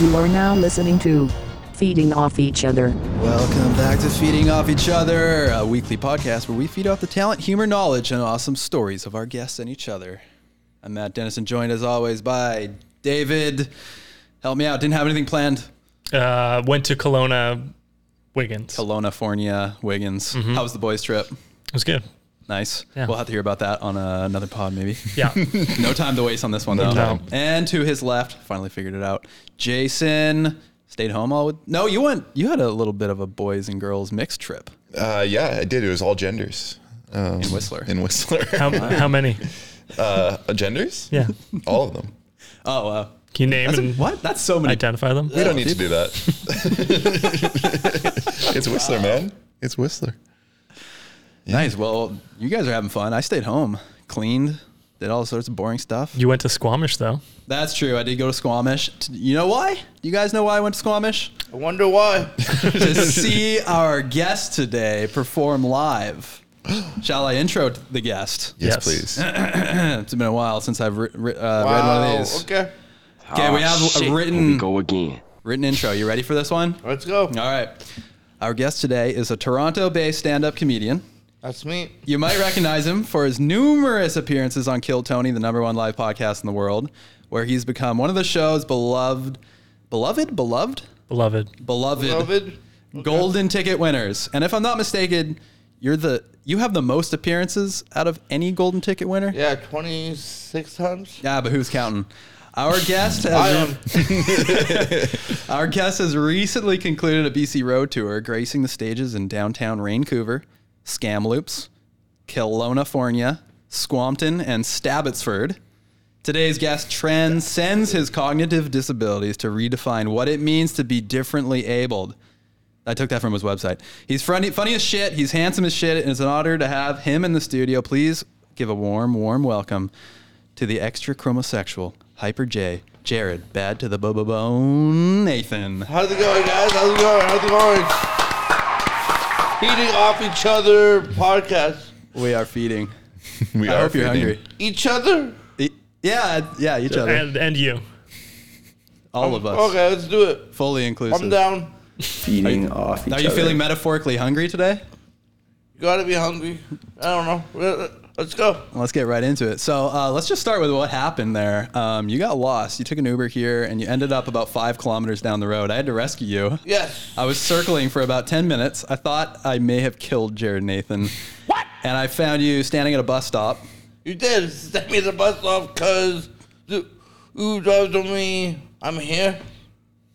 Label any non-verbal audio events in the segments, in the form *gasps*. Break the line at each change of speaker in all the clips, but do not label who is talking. You are now listening to Feeding Off Each Other.
Welcome back to Feeding Off Each Other, a weekly podcast where we feed off the talent, humor, knowledge, and awesome stories of our guests and each other. I'm Matt Dennison, joined as always by David. Help me out. Didn't have anything planned.
Uh, went to Kelowna, Wiggins.
Kelowna, Fornia, Wiggins. How was the boys' trip?
It was
*laughs*
good.
Nice.
Mm-hmm. Yeah.
We'll have to hear about that on uh, another pod, maybe.
Yeah.
*laughs* no time to waste on this one, though.
time.
And to his left, finally figured it out. Jason stayed home all. With, no, you went. You had a little bit of a boys and girls mixed trip.
Uh, yeah, I did. It was all genders. Um, in
Whistler.
In Whistler.
how, how many?
*laughs* uh, genders?
Yeah.
All of them.
Oh, wow.
Can you name
That's a-
and
what? That's so many.
identify them?
We don't need to do
*laughs*
that. it's Whistler, man. It's Whistler.
Nice. Well, you guys are having fun. I stayed home, cleaned, did all sorts of boring stuff.
You went to Squamish though.
That's true. I did go to Squamish. T- You know why? Do you guys know why I went to Squamish?
I wonder why.
*laughs* to see our guest today perform *gasps* live. Shall I intro t- the guest?
Yes,
*laughs*
Yes.
please.
It's been a while since I've ri- ri- uh, read one of
Wow,
these.
Okay.
Okay, we
Ah,
have a
shit.
written-
Here we go again.
Written intro. You ready for this one? All
Let's go.
right. Our guest today is a Toronto based stand up comedian.
That's me.
You might recognize him for his numerous appearances on Kill Tony, the number one live podcast in the world, where he's become one of the show's beloved, beloved, beloved,
Beloved.
beloved,
COVID.
golden ticket winners. And if I'm not mistaken, you're the you have the most appearances out of any golden ticket winner.
Yeah, 26 times.
Yeah, but who's counting? Our guest
I
has
am.
our guest has recently concluded a BC road tour, gracing the stages in downtown Vancouver, Scamloops, Kelowna, Squampton, and Stabbitsford. Today's guest transcends his cognitive disabilities to redefine what it means to be differently abled. I took that from his website. He's funny, funny as shit. He's handsome as shit, and it's an honor to have him in the studio. Please give a warm, warm welcome to the extra chromosexual, Hyper J, Jared, bad to the boba bone, Nathan.
How's it going, guys? How's it going? How's it going? Eating off each other podcast.
We are feeding.
We
I
are
hope you're
feeding.
hungry.
Each other?
E- Yeah, yeah, each other,
And and you.
all of us,
Okay, let's do it.
fully inclusive.
I'm down.
Feeding off each
Are you feeling metaphorically hungry today?
You gotta be hungry. I don't know. We're- Let's go.
Let's get right into it. So uh, let's just start with what happened there. Um, you got lost. You took an Uber here, and you ended up about five kilometers down the road. I had to rescue you.
Yes.
I was circling for about 10 minutes. I thought I may have killed Jared Nathan. What? And I found you standing at a bus stop.
You did. Send me the bus off because the Uber driver told me I'm here.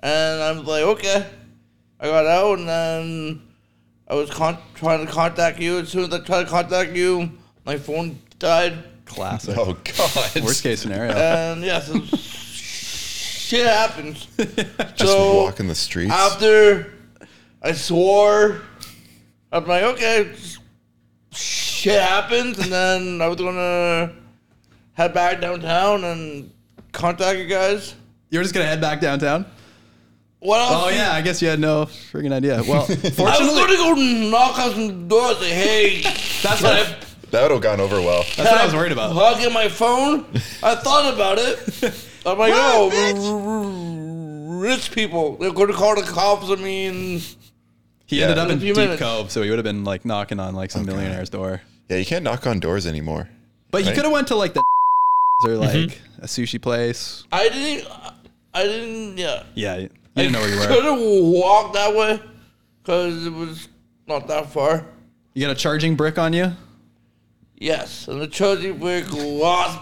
And I was like, okay. I got out and then I was con- trying to contact you. As soon as I tried to contact you, my phone died.
Classic.
Oh, God.
Worst case scenario.
And yes, *laughs* yeah, so shit happens.
Just
so
walking the streets.
after I swore, I'm like, okay, shit happens, and then I was gonna head back downtown and contact you guys.
you were just going to head back downtown?
What else?
Oh,
do you-
yeah. I guess you had no freaking idea. Well,
I was
fortunately,
gonna go knock on some doors and hey,
*laughs* that's what, I,
can
that's
that would have gone over well.
what I was worried about.
Hug in my phone. I thought about it. I'm like, oh, r- r- rich people. They're gonna call the cops. I mean,
He
Yeah.
ended up
In a
in
few
Deep
minutes.
Cove, so he would have been like knocking on like some millionaire's door.
Yeah, you can't knock on doors anymore.
But you
Right.
could have went to like the *laughs* or like a sushi place.
I didn't. I didn't. Yeah.
Yeah. You didn't know where you
*laughs* Could
were.
have walked that way because it was not that far.
You got a charging brick on you?
Yes, and the charging brick lost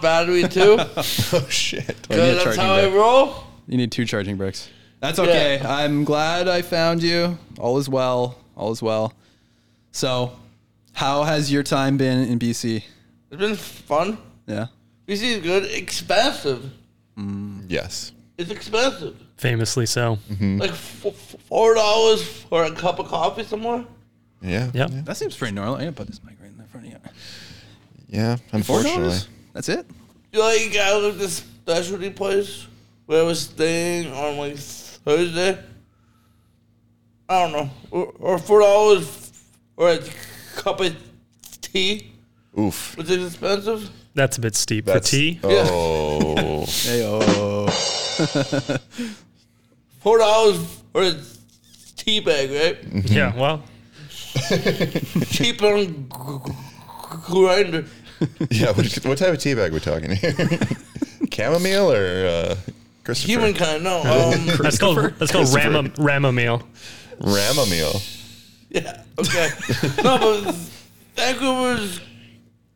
*laughs*
battery too. 'cause
Oh, shit.
Or you need a
that's
charging
how
brick?
I roll.
You need two charging bricks. That's okay. I'm glad I found you. All is well. All is well. So, how has your time been in BC?
It's been fun.
Yeah.
BC is good. Expensive.
Yes.
It's expensive.
Famously so.
Mm-hmm.
Mm.
Like f- f- four dollars for a cup of coffee somewhere.
Yeah.
Yep.
Yeah.
That seems pretty normal. I put this mic right in the front of you.
Yeah, unfortunately.
That's it.
You like I was at this specialty place where I was staying on like Thursday. I don't know, or, or four dollars for a cup of tea,
Oof.
which is expensive.
That's a bit steep for
That's-
tea.
Oh.
Hey, oh.
Four dollars for a tea
*laughs*
bag, right?
Mm-hmm.
yeah, well,
Cheap on g- grinder.
*laughs* Yeah, what, what type of tea bag we
*laughs*
talking here? Chamomile or uh, Christopher?
Humankind, no. Um,
that's called that's called Rama Ramamil.
Ramomile.
yeah, okay. No, but Vancouver's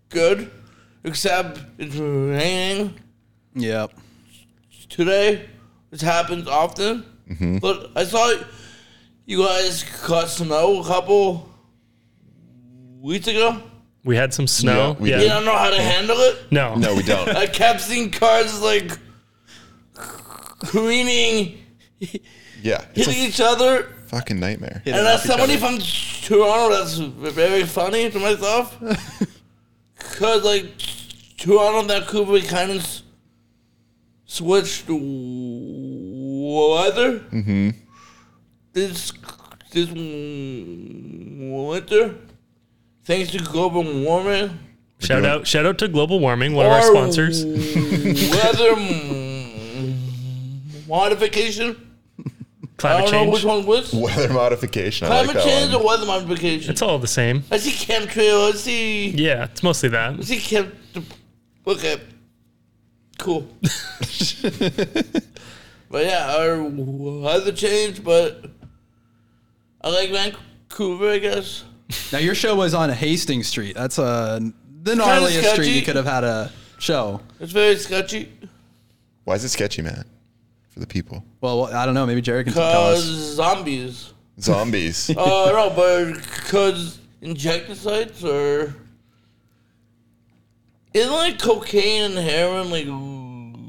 good, except it's raining
Yep.
today. This happens often. But I saw you guys caught snow a couple weeks ago.
We had some snow.
Yeah, we
Yeah,
You don't know how to handle it?
no,
No, we don't.
I kept seeing cars like careening,
*laughs* Yeah, it's
hitting
a
each other.
fucking nightmare.
Hit
And
it
as
off each
somebody
other.
from Toronto, that's very funny to myself. Because, like, Toronto and Vancouver kind of s- switched weather. Mm-hmm. This, this winter, thanks to global warming,
Shout
doing-
out shout out to Global Warming, one of our
Or
*laughs* sponsors.
Weather m- modification. I
Climate
don't know which
change.
one was.
Weather modification. I like
Climate
that
change
one.
or weather modification.
It's all the same.
I see chemtrail. I see.
Yeah, it's mostly that.
I see chem. Okay.
*laughs*
Cool. but yeah, our weather change. But I like Vancouver. I guess.
Now your show was on Hastings Street. That's uh, the gnarliest street
sketchy.
you could have had a show.
It's very sketchy
Why is it sketchy, man? For the people.
Well, I don't know. Maybe Jared can tell
because
us.
zombies. *laughs*
Zombies.
Uh, no, but because injecticides are. Isn't like cocaine and heroin like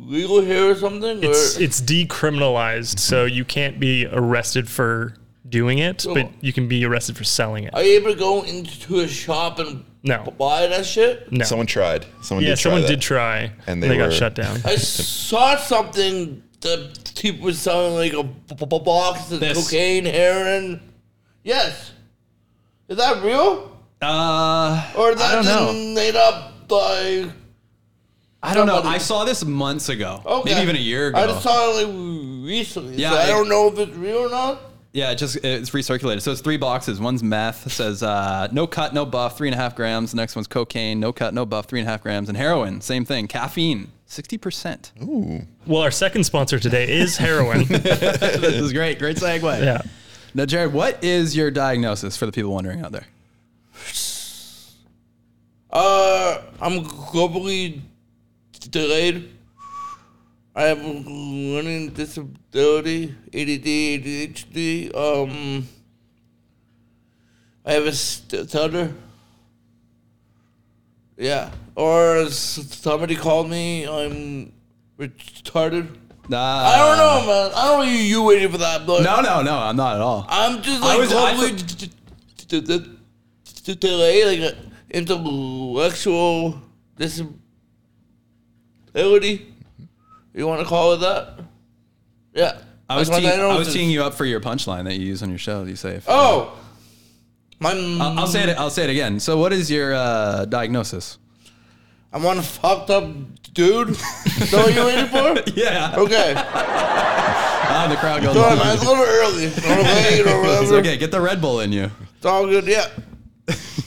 legal here or something?
It's
or,
it's decriminalized, so you can't be arrested for doing it, but you can be arrested for selling it.
are you able to go into a shop and
No.
buy that shit?
No.
Someone tried. Someone
yeah,
did try
someone
that.
did try, and
And
they,
they
got
were-
shut down.
I saw something that people was selling like a b- b- b- box of
This.
cocaine, heroin. Yes. Is that real?
Uh,
Or is that
I don't
just
know.
made up by.
I don't know.
somebody-
I saw this months ago.
Okay.
Maybe even a year ago.
I just saw it like recently.
Yeah,
so I,
I-
don't know if it's real or not.
Yeah, it just it's recirculated. So it's three boxes. One's meth. It says uh, no cut, no buff, three and a half grams. The next one's cocaine, no cut, no buff, three and a half grams, and heroin. Same thing. Caffeine, sixty percent. *laughs*
Well, our second sponsor today is heroin.
This is great. Great segue.
yeah.
Now, Jared, what is your diagnosis for the people wondering out there?
Uh, I'm globally delayed. I have a learning disability, ADD, ADHD. Um, I have a stutter. Yeah, or as somebody called me, I'm retarded.
Uh,
I don't know, man. I don't know you, you waiting for that, but
No, no, no. I'm not at all.
I'm just
I
like
was- I
globally d- d- d- d- d- delayed, like a intellectual disability. You want to call it that? Yeah.
I was
That's my
teeing, I was
diagnosis.
teeing you up for your punchline that you use on your show. You say, if,
Oh, my.
I'll, I'll say it. I'll say it again. So, what is your uh, diagnosis?
I'm one fucked up
*laughs*
dude. Is that what you waiting for?
Yeah,
Okay.
ah, the crowd goes.
Sorry,
along.
man. It's a little early. Or late or
*laughs* It's
whatever.
*laughs* okay. Get the Red Bull in you.
It's all good. Yeah.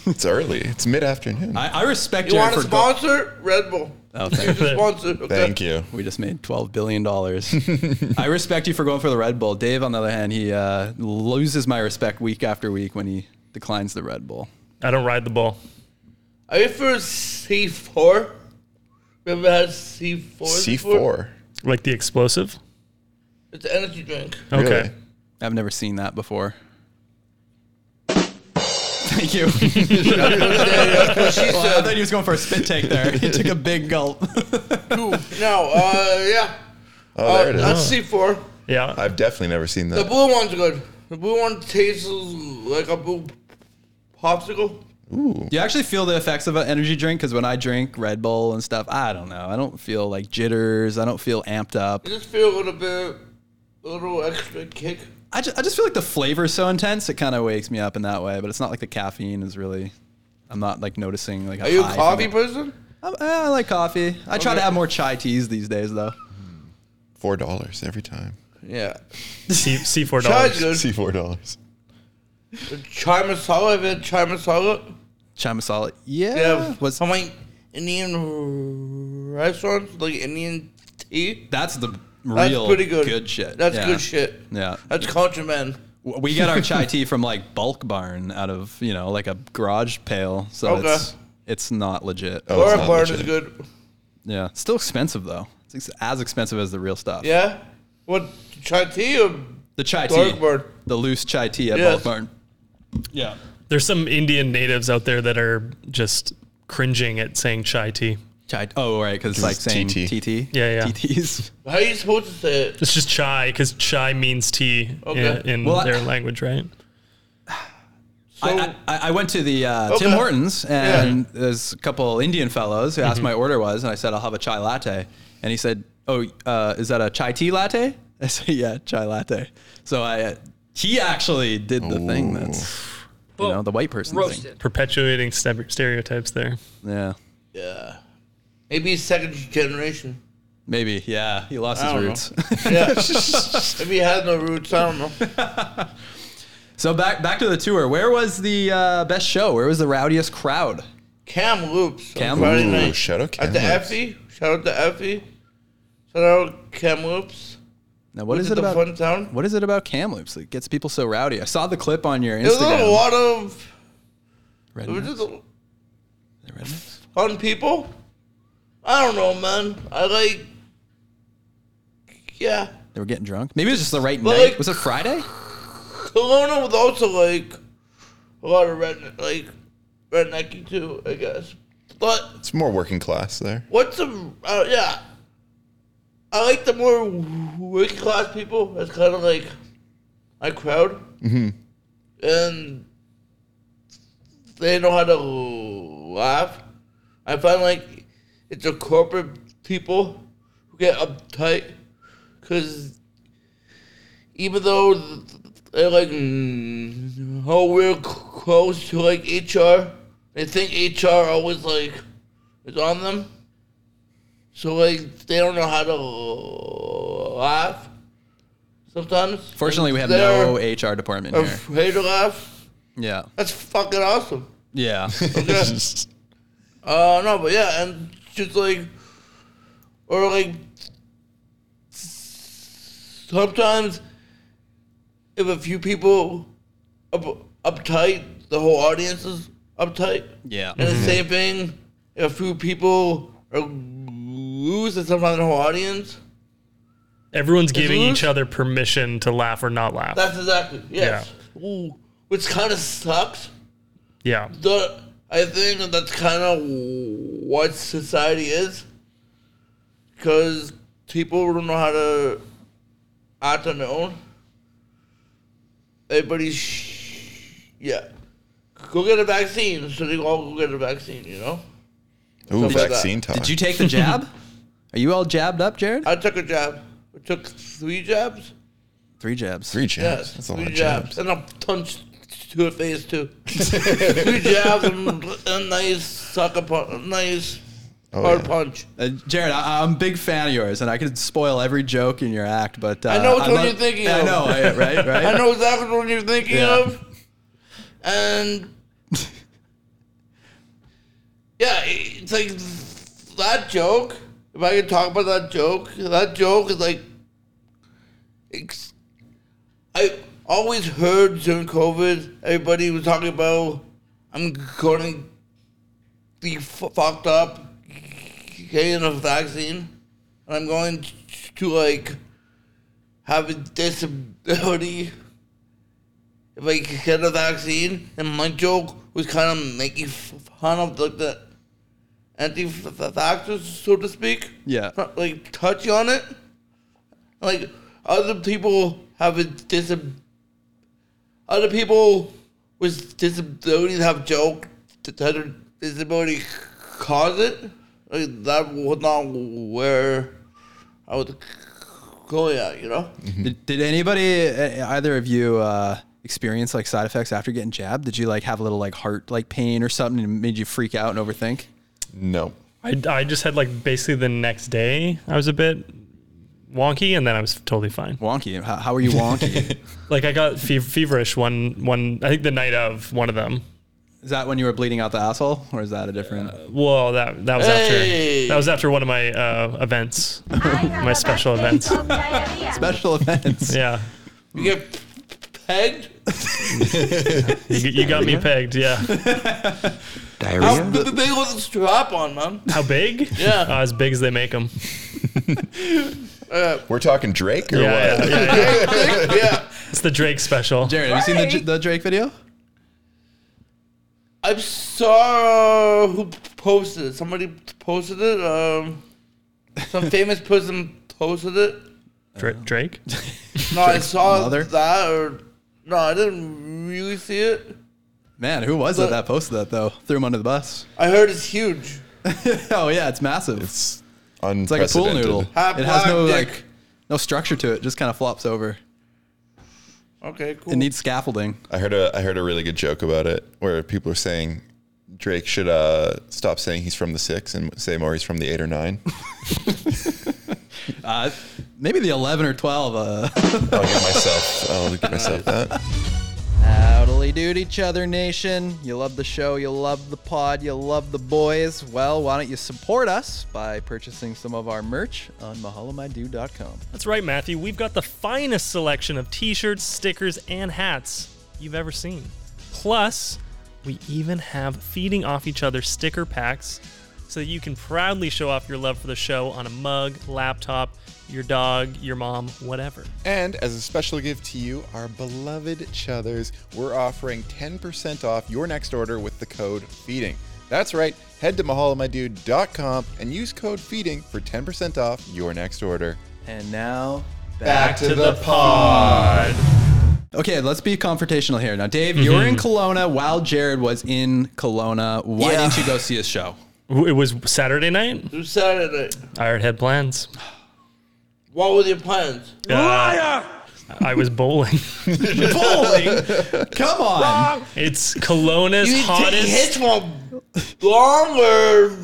It's early. It's mid afternoon.
I, I respect
You
Jared
want a
for. go-
sponsor?
*laughs*
Red Bull.
oh, thank
*laughs*
you.
Sponsor. Okay.
Thank you.
We just made twelve billion dollars. I respect you for going for the Red Bull. Dave, on the other hand, he uh, loses my respect week after week when he declines the Red Bull.
I don't ride the bull.
Are you for C4? Remember how C4? is before?
C4.
Like the explosive?
It's an energy drink.
Okay.
Really?
I've never seen that before. Thank you.
She
I
said,
thought he was going for a spit take there. He took a big gulp.
"Ooh, no, uh, yeah.
Oh,
Uh,
there it is.
that's C4.
Yeah.
I've definitely never seen
The
that.
blue one's good. The blue one tastes like a blue popsicle.
Do you actually feel the effects of an energy drink? Because when I drink Red Bull and stuff, I don't know. I don't feel like jitters. I don't feel amped up.
You just feel a little bit, a little extra kick.
I just, I just feel like the flavor's so intense. It kind of wakes me up in that way. But it's not like the caffeine is really. I'm not like noticing like.
Are you a coffee person?
I'm, eh, I like coffee. I try to
Okay.
have more chai teas these days though.
Four dollars every time.
Yeah.
C C four
Charge
dollars.
good.
See four dollars.
Chai masala. Have you had chai masala?
Chai masala. Yeah.
Yeah. Um,
Was
some like Indian restaurants, like Indian tea.
that's the real
That's pretty good.
shit.
That's
Yeah.
good shit.
Yeah.
That's culture, man.
W- We get our chai tea from like Bulk Barn out of, you know, like a garage pail. So
Okay.
it's it's not legit.
Oh, it's
Laura
not
Barn is
legit.
good.
Yeah. It's still expensive though. It's ex- as expensive as the real stuff.
Yeah. What chai tea or
The chai tea.
Bulk Barn.
The loose chai tea at
Yes.
Bulk Barn. Yeah.
There's some Indian natives out there that are just cringing at saying chai tea.
Chai. Oh, right. Because it's like
it's
saying
TT.
TT.
Yeah, yeah.
TTs.
how are you supposed to say it?
It's just chai because chai means tea
Okay.
in, in
Well, I-
their language, right?
So,
I, I, I went to the uh,
Okay.
Tim Hortons and there's a couple Indian fellows who asked my order was, and I said I'll have a chai latte, and he said, "Oh, uh, is that a chai tea latte?" *laughs* I said, "Yeah, chai latte." So I, uh, he actually did the thing that's, you know, the white person thing.
Roasted.
Perpetuating ste- stereotypes there.
Yeah,
yeah. Maybe he's second generation.
maybe. Yeah, he lost his
I don't
roots.
Yeah. Maybe he has no roots. I don't know.
*laughs* so back back to the tour. Where was the uh, best show? Where was the rowdiest crowd?
Kamloops. on
Kamloops.
Friday
Ooh,
night.
shout out
At the
Kamloops.
Effie. Shout out to Effie. Shout out Kamloops.
Now, what
Which
is
is
it
a
about?
fun town.
What is it about Kamloops that gets people so rowdy? I saw the clip on your
There's a
Instagram.
lot of
Rednecks?
there was just a-
They're rednecks?
fun people. I don't know, man. I like yeah.
They were getting drunk. Maybe it was just the right
But,
night.
like-
was it Friday?
Kelowna was also like a lot of redneck, like rednecky too, I guess. But
It's more working class there.
what's the uh, yeah? I like the more working class people. That's kind of like my crowd, mm-hmm. and they know how to laugh. I find like it's the corporate people who get uptight because even though th- they're like, mm, oh, we're c- close to like HR, they think HR always like is on them. So like they don't know how to laugh. Sometimes.
Fortunately, we have
They're
no HR department here.
Afraid to laugh.
Yeah.
That's fucking awesome.
Yeah.
*laughs*
*laughs*
Okay. uh, no, but yeah, and just like, or like, sometimes if a few people up, uptight, the whole audience is uptight.
Yeah.
And the same thing, if a few people are loose, and sometimes the whole audience.
Everyone's giving
it-
each other permission to laugh or not laugh.
That's exactly yes. Ooh, which kind of sucks.
yeah.
the I think that that's kind of what society is, because people don't know how to act on their own. Everybody's sh- yeah, go get a vaccine. So they all go get a vaccine. You know,
Ooh,
Something like that.
vaccine talk.
Did you take the jab? Are you all jabbed up, Jared?
I took a jab. I took three jabs.
Three jabs.
three jabs?
Yes,
That's a lot of
three jabs,
jabs.
and a punch to her face too. three jabs and a nice sucker punch, nice
Oh,
hard
yeah.
punch.
Uh, Jared, I, I'm a big fan of yours, and I could spoil every joke in your act, but uh,
I know which
I'm
one
not-
you're thinking
I
of.
know, I- right? Right.
*laughs* I know exactly what you're thinking
Yeah.
of. And yeah, it's like that joke. If I could talk about that joke, that joke is like it's, I always heard during COVID, everybody was talking about I'm going to be f- fucked up getting a vaccine, and I'm going to like have a disability if I could get a vaccine. And my joke was kind of making fun of like the anti-vaxxers, so to speak.
Yeah.
Not, like touch on it. Like other people have a disab. Other people with disabilities have joke that other disability cause it. Like that was not where I was going at, you know.
Did, did anybody, uh, either of you, uh, experience like side effects after getting jabbed? Did you like have a little like heart like pain or something, and it made you freak out and overthink?
No.
I, I just had like basically the next day I was a bit wonky, and then I was totally fine.
Wonky. How, how are you wonky?
Like I got fe- feverish one one. I think the night of one of them.
is that when you were bleeding out the asshole, or is that a different?
Whoa, that that was
Hey!
after that was after one of my uh,
*laughs*
events, *laughs* my special events.
Special
*laughs*
events.
Yeah,
You get pegged?
you, you got me pegged. Yeah,
*laughs*
Diarrhea?
The big with a strap on, man.
how big?
Yeah.
uh, as big as they make them.
We're talking Drake or
Yeah,
what?
yeah, yeah,
*laughs*
yeah.
yeah.
It's the Drake special.
Jared, have you seen the, J- the Drake video?
I saw who posted it. Somebody posted it. Um, some
*laughs*
famous person posted it.
Dra- Drake.
No, I saw
mother?
that. Or no, I didn't really see it.
Man, who was it that posted that though? Threw him under the bus.
I heard it's huge.
oh yeah, it's massive. It's,
It's
like a pool
unprecedented.
noodle.
Hot
it has no
dog dick.
like no structure to it. Just kind of flops over.
Okay, cool.
It needs scaffolding.
I heard a I heard a really good joke about it where people are saying Drake should uh, stop saying he's from the six and say more he's from the eight or nine.
Uh, maybe the eleven or twelve. Uh,
I'll give myself I'll give myself that.
Howdly dude, each other nation. You love the show, you love the pod, you love the boys. Well, why don't you support us by purchasing some of our merch on mahalamydu.com.
That's right, Matthew. We've got the finest selection of t shirts, stickers, and hats you've ever seen. Plus, we even have feeding off each other sticker packs so that you can proudly show off your love for the show on a mug, laptop, your dog, your mom, whatever.
And as a special gift to you, our beloved Chuthers, we're offering 10% off your next order with the code FEEDING. That's right, head to mahalamydude.com and use code FEEDING for 10% off your next order.
And now,
Back
to the pod.
okay, let's be confrontational here. Now, Dave, you were in Kelowna while Jared was in Kelowna. Why
Mm-hmm. Yeah.
didn't you go see his show?
It was Saturday night.
It was Saturday.
I already had plans.
What were your plans?
Liar! I was bowling.
Bowling? Come on.
It's Kelowna's
You need to
hottest.
hit one
*laughs*
longer.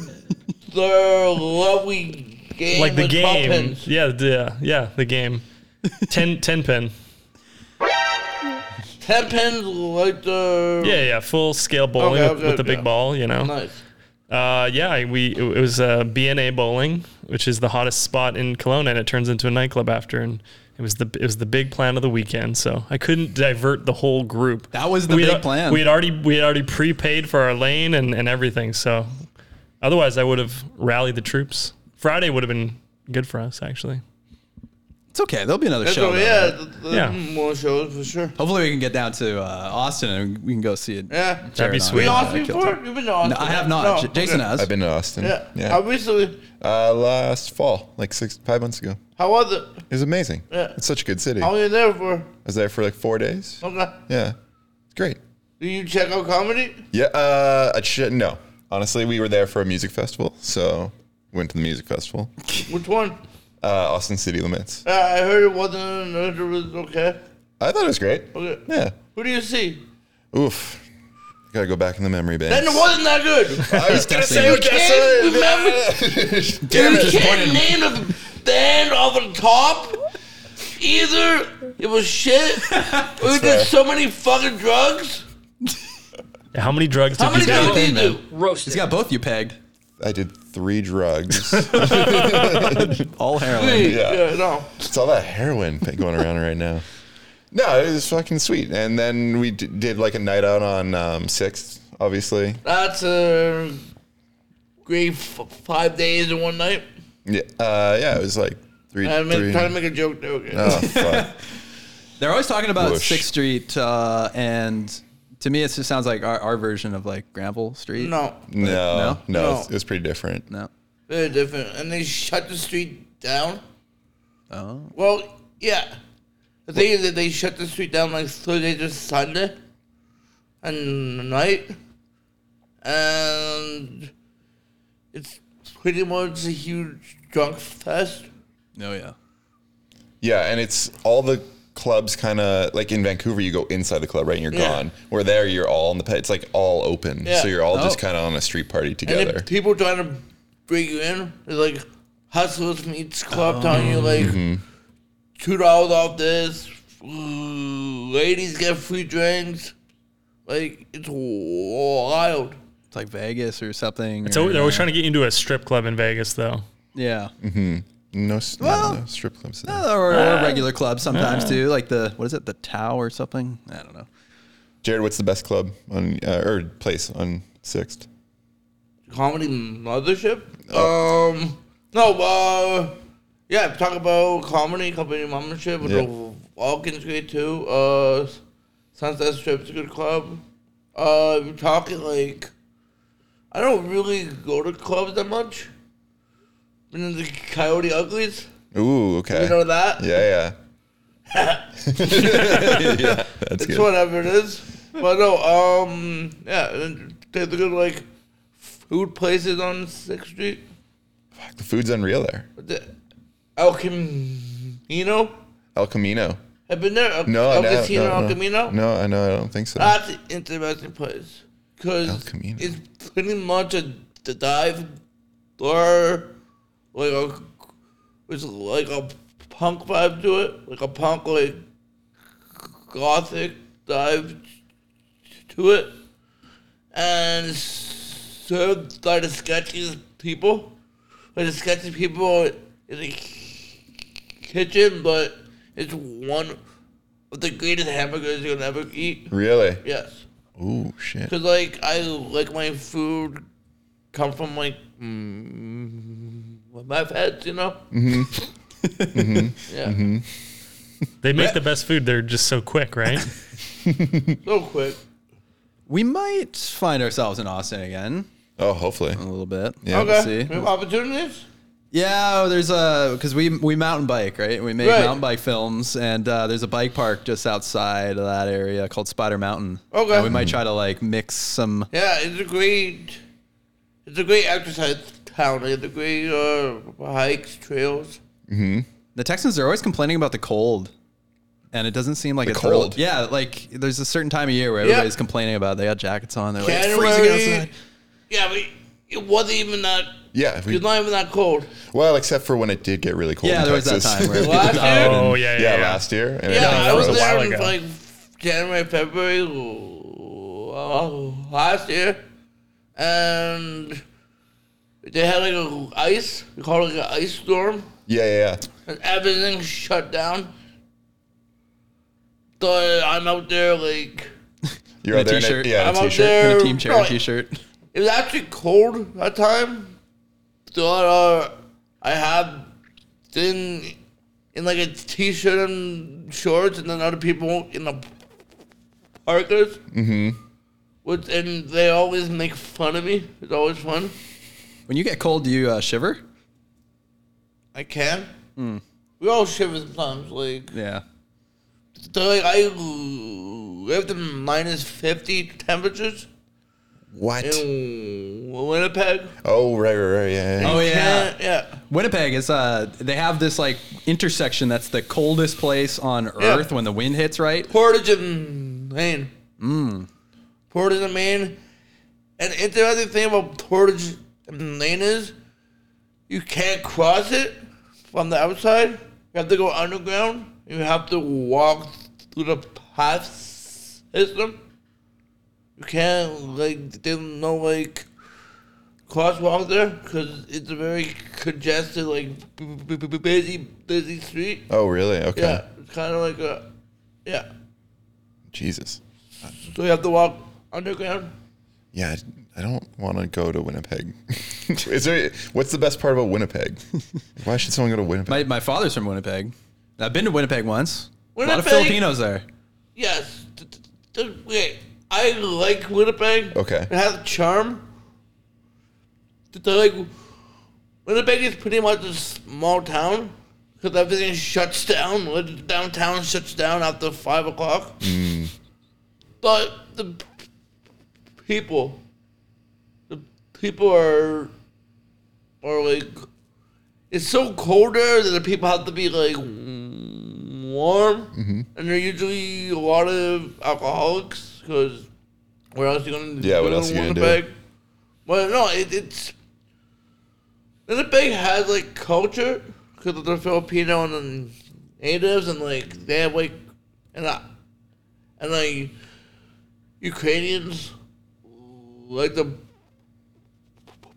The lovely game.
like the
with
game.
pumpkins.
Yeah, the, yeah, the game. 10, 10 pin.
Ten pins like the
Yeah, yeah, full scale bowling
Okay,
with,
okay,
with the
yeah.
big ball, you know.
nice.
Uh, yeah, we it was uh, BNA bowling, which is the hottest spot in Kelowna, and it turns into a nightclub after. And it was the it was the big plan of the weekend, so I couldn't divert the whole group.
That was the
we had
big
al-
plan.
We had already we had already prepaid for our lane and and everything. So otherwise, I would have rallied the troops. Friday would have been good for us actually.
It's okay. There'll be another
That's
show.
all,
though.
yeah, th- th- mm,
Yeah.
more shows for sure.
Hopefully, we can get down to uh, Austin and we can go see it.
Yeah.
That'd be
Jared on.
sweet.
You
Yeah,
asked
I
me
killed
before?
it.
You've been to Austin?
No, I have not.
No,
J- Jason
okay.
has.
I've been to Austin.
Yeah.
Yeah.
I recently.
Uh, last fall, like six five months ago.
How was it?
It was amazing.
Yeah. Oh.
It's such a good city.
How
I
were you there for?
was there for like four days.
Okay.
Yeah. It's great.
Do you check out comedy?
Yeah, uh I should no. Honestly, we were there for a music festival, so went to the music festival.
Which one?
Uh, Austin City Limits.
Uh, I heard it wasn't. It was okay.
I thought it was great.
Okay.
Yeah.
Who do you see?
Oof. Gotta go back in the memory bank.
Then it wasn't that *laughs* good.
I was gonna
You
say what
can't
that's it.
you
Damn it.
can't name the band off the top. Either it was shit, or you
fair.
did so many fucking drugs.
How many drugs
How
did
many
you
drugs
do?
did you do?
He's got both you pegged.
I did three drugs.
All heroin.
Three.
Yeah.
Yeah, no.
it's all that heroin *laughs* thing going around right now. No, it was fucking sweet. And then we d- did like a night out on um, Sixth, obviously.
That's a great f- five days in one night.
Yeah, uh, yeah, it was like three.
I make,
three-
trying to make a joke there. Okay.
oh fuck!
They're always talking about
Whoosh.
Sixth Street, uh, and to me, it just sounds like our, our version of like Granville Street.
No,
No, no,
No?
It, was, it was pretty different.
no.
very different. And they shut the street down.
Oh,
Well, yeah. The thing is that they shut the street down like Thursday to Sunday and night. And it's pretty much a huge drunk fest.
no, Oh, yeah.
Yeah, and it's all the clubs kind of like in Vancouver, you go inside the club, right, and you're
Yeah.
gone. Where there, you're all in the pit. It's like all open,
Yeah.
so you're all just
Oh.
kind of on a street party
And
together.
if people trying to bring you in, they're like, Hustlers Meets Club telling you like two dollars off this. Ooh, Ladies get free drinks. Like it's wild.
It's like Vegas or something.
So
or-
they're always trying to get you into a strip club in Vegas, though.
yeah.
No, s- no-
Well,
no strip clubs. in there.
Or,
Ah.
or regular clubs sometimes too, like the what is it, the Tau or something? I don't know.
Jared, what's the best club on uh, or place on Sixth?
Comedy Mothership.
Oh.
Um, no. Uh, yeah. Talk about comedy. Comedy Mothership. With
Yeah.
the Vulcan's great too. Uh, Sunset Strip's a good club. Uh, you're talking like, I don't really go to clubs that much. Been in the Coyote Uglies.
Ooh, okay.
You know that? *laughs*
Yeah, *laughs* yeah. yeah, that's
It's
good.
whatever it is. But no, um, yeah, and there's a good like food places on Sixth Street.
Fuck, the food's unreal there.
The El Camino.
El Camino.
Have been there? El,
No,
El
no, no,
Casino, El
no.
Camino.
No, I know. I don't think so.
That's an interesting place
El
because
Camino.
it's pretty much a the dive or like a it's like a punk vibe to it, like a punk like gothic dive to it, and served by the sketchiest people, like the sketchy people in the kitchen, but it's one of the greatest hamburgers you'll ever eat.
Really?
Yes.
Ooh, shit.
Cause like I like my food come from like mm, my heads, you know.
Mm.
Mm-hmm. yeah,
They make the best food. They're just so quick,
*laughs*
right?
so quick.
We might find ourselves in Austin again
Oh, hopefully.
a little bit.
Yeah.
We'll
okay,
see.
we have opportunities.
Yeah, oh, there's a because we we mountain bike, right? We make
Right.
mountain bike films, and uh, there's a bike park just outside of that area called Spider Mountain.
Okay.
and we might try to like mix some.
Yeah, it's a great, it's a great exercise town. It's a great uh, hikes, trails.
The Texans are always complaining about the cold, and it doesn't seem like it's
cold?
real- yeah, like there's a certain time of year where
Yeah.
everybody's complaining about. They got jackets on. They're like "It's freezing
January.
outside.
Yeah, but it wasn't even that.
Yeah. we-
It's not even that cold.
well, except for when it did get really cold.
Yeah,
in
there was that time
Texas. *laughs*
*laughs*
where-
Last year,
oh yeah, yeah,
yeah,
yeah.
last year. And it
Yeah, I
that
was
was a
there
while
in
ago.
like January, February uh, last year, and they had like a ice. We call it like an ice storm,
Yeah, yeah,
and everything shut down. So I'm out there like
yeah. You're
In a
out there. in a-
t-shirt.
Yeah, in
I'm
a
out
t-shirt.
there.
And a team chair
Right.
T-shirt.
It was actually cold that time. So uh, I have been in like a t-shirt and shorts, and then other people in the parkas. Mm-hmm. Which, and they always make fun of me. It's always fun.
When you get cold, do you uh, shiver?
I can. We all shiver sometimes. Like,
Yeah.
so like I lived in minus 50 temperatures
What?
in Winnipeg.
Oh, right, right, right. Yeah, yeah.
Oh yeah.
Can't- yeah.
Winnipeg is uh they have this like intersection that's the coldest place on
Yeah.
earth when the wind hits right.
Portage and Maine. Mm. Portage and Maine. An interesting thing about Portage and Maine is you can't cross it from the outside. You have to go underground. You have to walk through the path system. You can't like there's no like crosswalk there because it's a very congested, like b- b- b- b- busy, busy street.
Oh, really? Okay.
Yeah, it's kind of like a yeah.
Jesus.
So you have to walk underground.
Yeah, I don't want to go to Winnipeg. *laughs* Is there? What's the best part about Winnipeg? *laughs* Why should someone go to Winnipeg?
My my father's from Winnipeg. I've been to Winnipeg once. A lot of
Winnipeg?
Filipinos there.
Yes. th- th- th- Wait, I like Winnipeg.
Okay.
It has charm. Th- th- like Winnipeg is pretty much a small town because everything shuts down. Like, Downtown shuts down after five o'clock. But the p- people, the people are, are like, it's so cold there that the people have to be like warm, and they're usually a lot of alcoholics because where else you gonna
Yeah, what else you gonna do?
But no, it, it's Then it big has like culture because of the Filipino and the natives, and like they have like and uh, and like Ukrainians, like the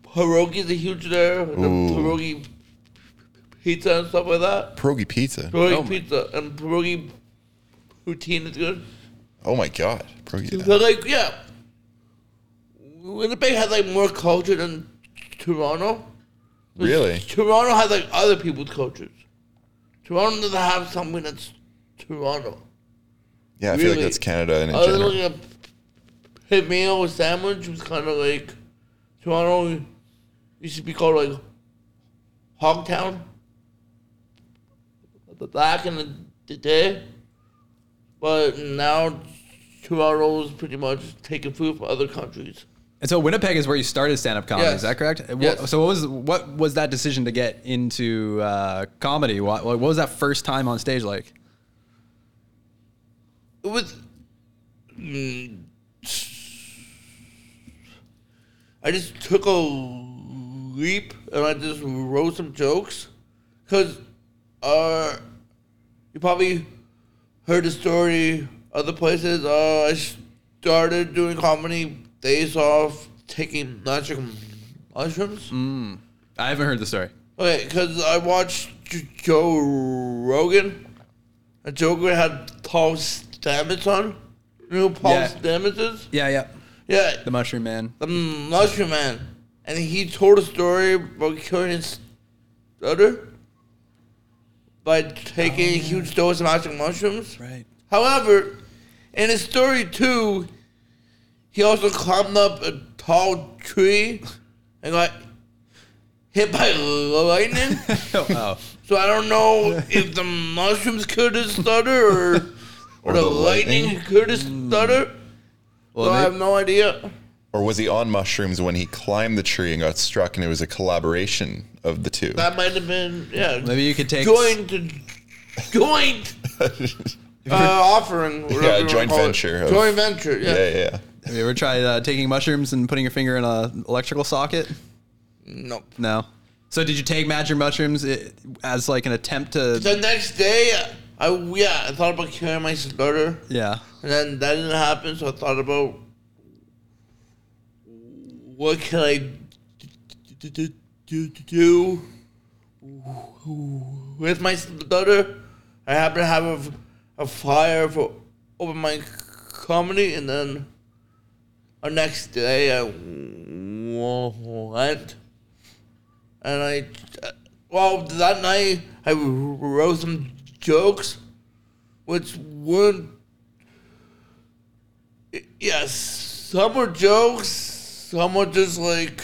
pierogies are huge there, the pierogi pizza and stuff like that.
Pierogi pizza.
Pierogi pizza and pierogi poutine is good.
Oh my god. Pierogi.
So like yeah, Winnipeg has like more culture than Toronto.
Really?
Toronto has like other people's cultures. Toronto doesn't have something that's Toronto.
Yeah, I feel like
Really?
that's Canada in
Other than
general.
like a hit meal or sandwich was kind of like Toronto used to be called like Hogtown. But Back in the- the day, but now Toronto's pretty much taking food from other countries.
And so Winnipeg is where you started stand-up comedy.
Yes.
Is that correct? What-
Yes.
So what was what was that decision to get into uh, comedy? What, what was that first time on stage like?
it was. Mm, I just took a leap and I just wrote some jokes, cause uh, you probably heard the story other places. Uh, I started doing comedy days off, taking magic mushrooms.
I haven't heard the story.
Okay, because I watched J- Joe Rogan. And Joe Rogan had Paul Stamets on. You know who Paul
Yeah.
Stamets is?
Yeah, yeah.
Yeah,
The Mushroom Man.
the Mushroom Man. And he told a story about curing his stutter by taking a huge dose of magic mushrooms.
Right.
However, in his story too, he also climbed up a tall tree and got hit by lightning.
Oh, oh.
So I don't know if the mushrooms killed his stutter or, or the,
the
lightning,
lightning?
killed his stutter.
Well,
so I
may-
have no idea.
Or was he on mushrooms when he climbed the tree and got struck and it was a collaboration of the two?
That might have been yeah.
maybe you could take
joint
*laughs*
joint uh, offering. whatever you wanna
joint
call it.
venture of-
Joint venture. Yeah.
yeah, yeah, yeah.
Have you ever tried uh, taking mushrooms and putting your finger in a electrical socket?
Nope.
No. So did you take magic mushrooms i as like an attempt to?
The next day, I yeah, I thought about curing my stutter,
Yeah.
and then that didn't happen. So I thought about what can I d- d- d- d- d- do with my stutter. I happen to have a, f- a flyer for open mic comedy, and then the next day I went and I, well, that night I wrote some jokes, which weren't, yes, some were jokes, some were just like,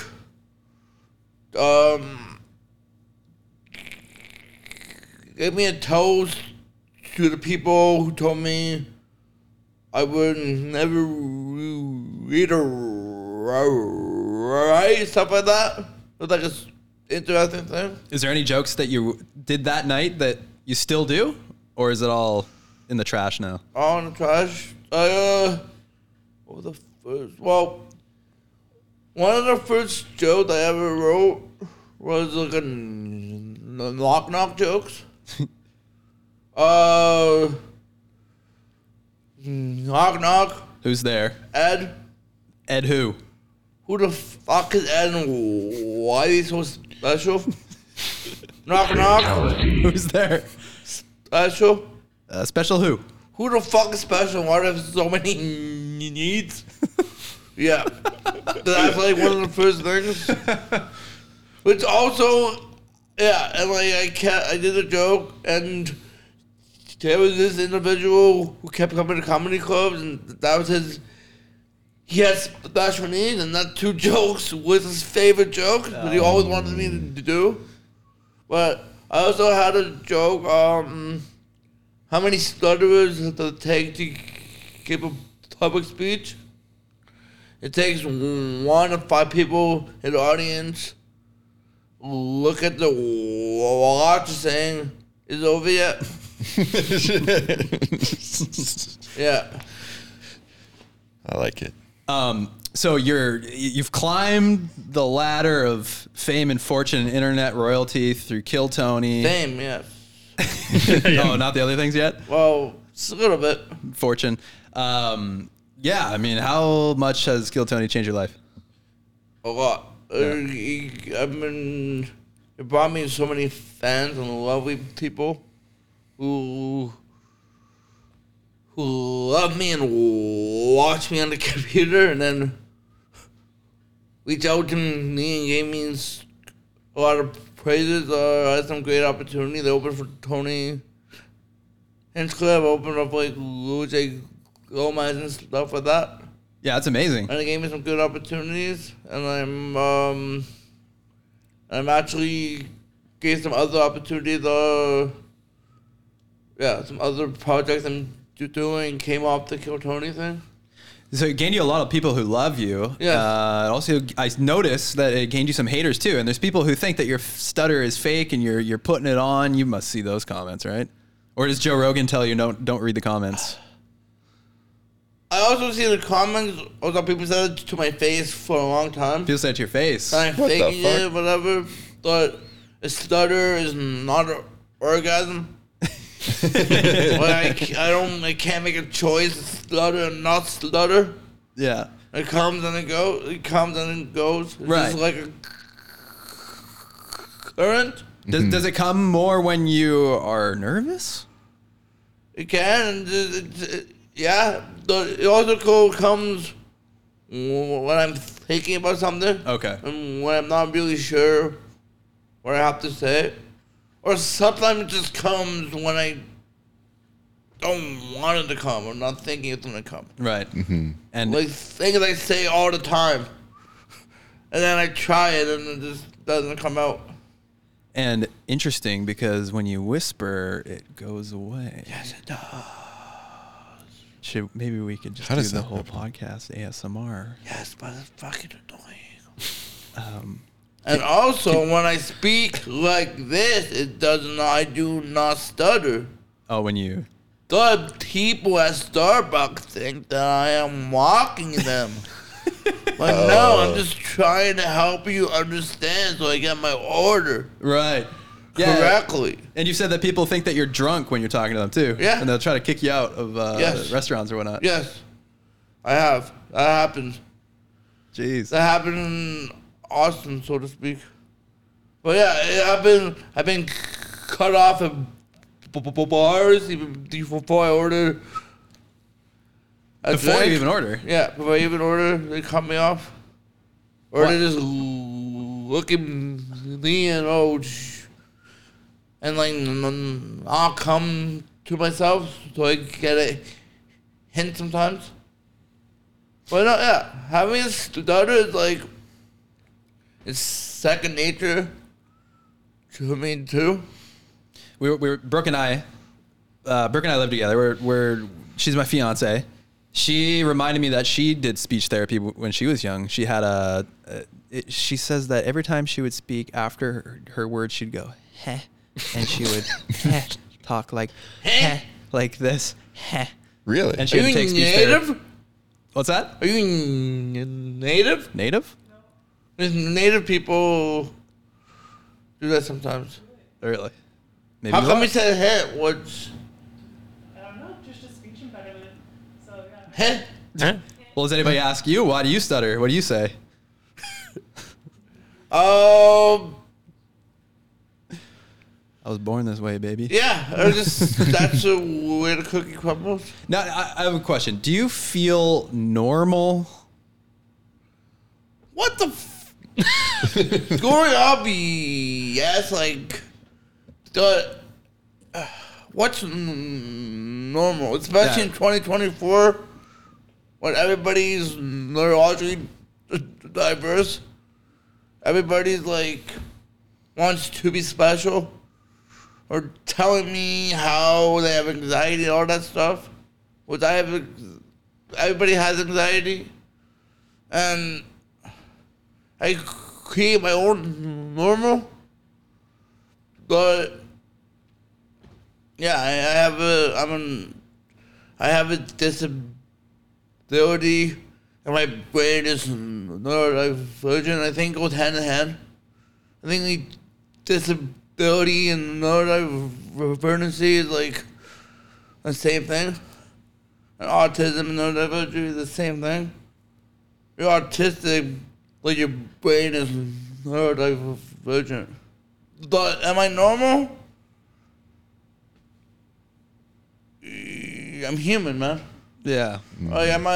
um, gave me a toast to the people who told me I would never read or write stuff like that. It was like an interesting thing.
Is there any jokes that you did that night that you still do, or is it all in the trash now?
all in the trash. Uh, what was the first? Well, one of the first jokes I ever wrote was like a n- n- knock knock jokes. uh, knock knock.
Who's there?
Ed,
Ed who? *laughs*
who the fuck is Ed? And why is he so special? knock knock.
Who's there?
Special.
Uh, special who?
Who the fuck is special? Why do I have so many *laughs* needs? yeah. That's like one of the first things. Which also, yeah, and like I kept, I did a joke, and there was this individual who kept coming to comedy clubs, and that was his. He had special needs, and that two *laughs* jokes was his favorite joke, but he always wanted me to do. But I also had a joke. Um, how many stutterers does it take to give a public speech? It takes one to five people in the audience look at the watch saying, is it over yet?
I
Yeah.
like it.
Um, so you're you've climbed the ladder of fame and fortune and internet royalty through Kill
*laughs*
Tony.
Same, yeah.
*laughs* Oh, not the other things yet.
Well, it's a little bit.
Fortune. Um, yeah, I mean, how much has Kill Tony changed your life?
A lot. Uh, I've been. It brought me so many fans and lovely people who who love me and watch me on the *laughs* computer and then reach out to me and gave me s- a lot of praises. Uh, I had some great opportunity. They opened for Tony and Club, opened up like Louis J. Gomez and stuff like that
Yeah, that's amazing.
and it gave me some good opportunities. And I'm um, I'm actually getting some other opportunities. Uh, yeah, some other projects I'm do- doing came off the Kill Tony thing.
So it gained you a lot of people who love you.
Yeah.
Uh, it also, I noticed that it gained you some haters too. And there's people who think that your stutter is fake and you're you're putting it on. You must see those comments, right? Or does Joe Rogan tell you don't don't read the comments?
I also see the comments. Also, people said it to my face for a long time.
People say it to your face.
And I'm
What the
faking
fuck?
it, whatever. But a stutter is not an
*laughs*
orgasm. like I don't, I can't make a choice. to Stutter and not stutter.
Yeah.
It comes and it goes. It comes and it goes. It's
Right.
just like a current.
Does,
Mm-hmm.
does it come more when you are nervous?
It can. And it, it, it, yeah. The, it also co- comes w- when I'm thinking about something.
Okay.
And when I'm not really sure what I have to say. Or sometimes it just comes when I don't want it to come. I'm not thinking it's going to come.
Right.
Mm-hmm.
And
like things I say all the time, and then I try it and it just doesn't come out.
and interesting because when you whisper, it goes away. Yes, it does. Should, maybe we could just
How
do
does
the
that
whole podcast ASMR.
Yes, but it's fucking annoying. and also, when I speak like this, it does not. I do not stutter.
Oh, when you
The people at Starbucks think that I am mocking them. like, no, I'm just trying to help you understand so I get my order
right. Yeah.
correctly.
And you said that people think that you're drunk when you're talking to them too.
Yeah.
And they'll try to kick you out of uh,
Yes.
restaurants or whatnot.
Yes, I have. That happens.
Jeez.
that happened in Austin, so to speak. But yeah, it- I've been I've been cut off at b- b- b- bars even before I order. a
Before
drink.
you even order.
Yeah, before I even order, they cut me off, or they just look at me and oh, sh- and like n- n- I'll come to myself so I get a hint sometimes. But no, yeah, having a stutter is like it's second nature to me too.
We were, we were Brooke and I. Uh, Brooke and I live together. We're, we're she's my fiance. She reminded me that she did speech therapy w- when she was young. She had a. a it, she says that every time she would speak after her, her words, she'd go heh, and she
*laughs*
would heh, talk like heh, like this heh,
Really?
and she
Are
had to
you
take speech
native?
therapy. What's that?
Are you n- native?
Native?
There's native people do that sometimes.
Really? Maybe
How
you
come
are.
you said hey? What's
I don't know, just a speech impediment. So yeah.
hey?
Huh?
Well, does anybody ask you why do you stutter? What do you say?
Um,
I was born this way, baby.
yeah, I just that's a way the cookie crumbles.
Now, I, I have a question. Do you feel normal?
What the? F- Growing up, yes, like the uh, what's n- normal, especially in
Yeah.
2024 when everybody's neurologically diverse. Everybody's like wants to be special or telling me how they have anxiety and all that stuff. Which I have, ex- everybody has anxiety, and I create my own normal. But yeah, I, I have a I'm an I have a disability and my brain is neurodivergent, I think goes hand in hand. I think like disability and neurodivergency is like the same thing. And autism and neurodivergency is the same thing. You're autistic, like your brain is neurodivergent. But am I normal? I'm human, man.
Yeah.
Like, am I?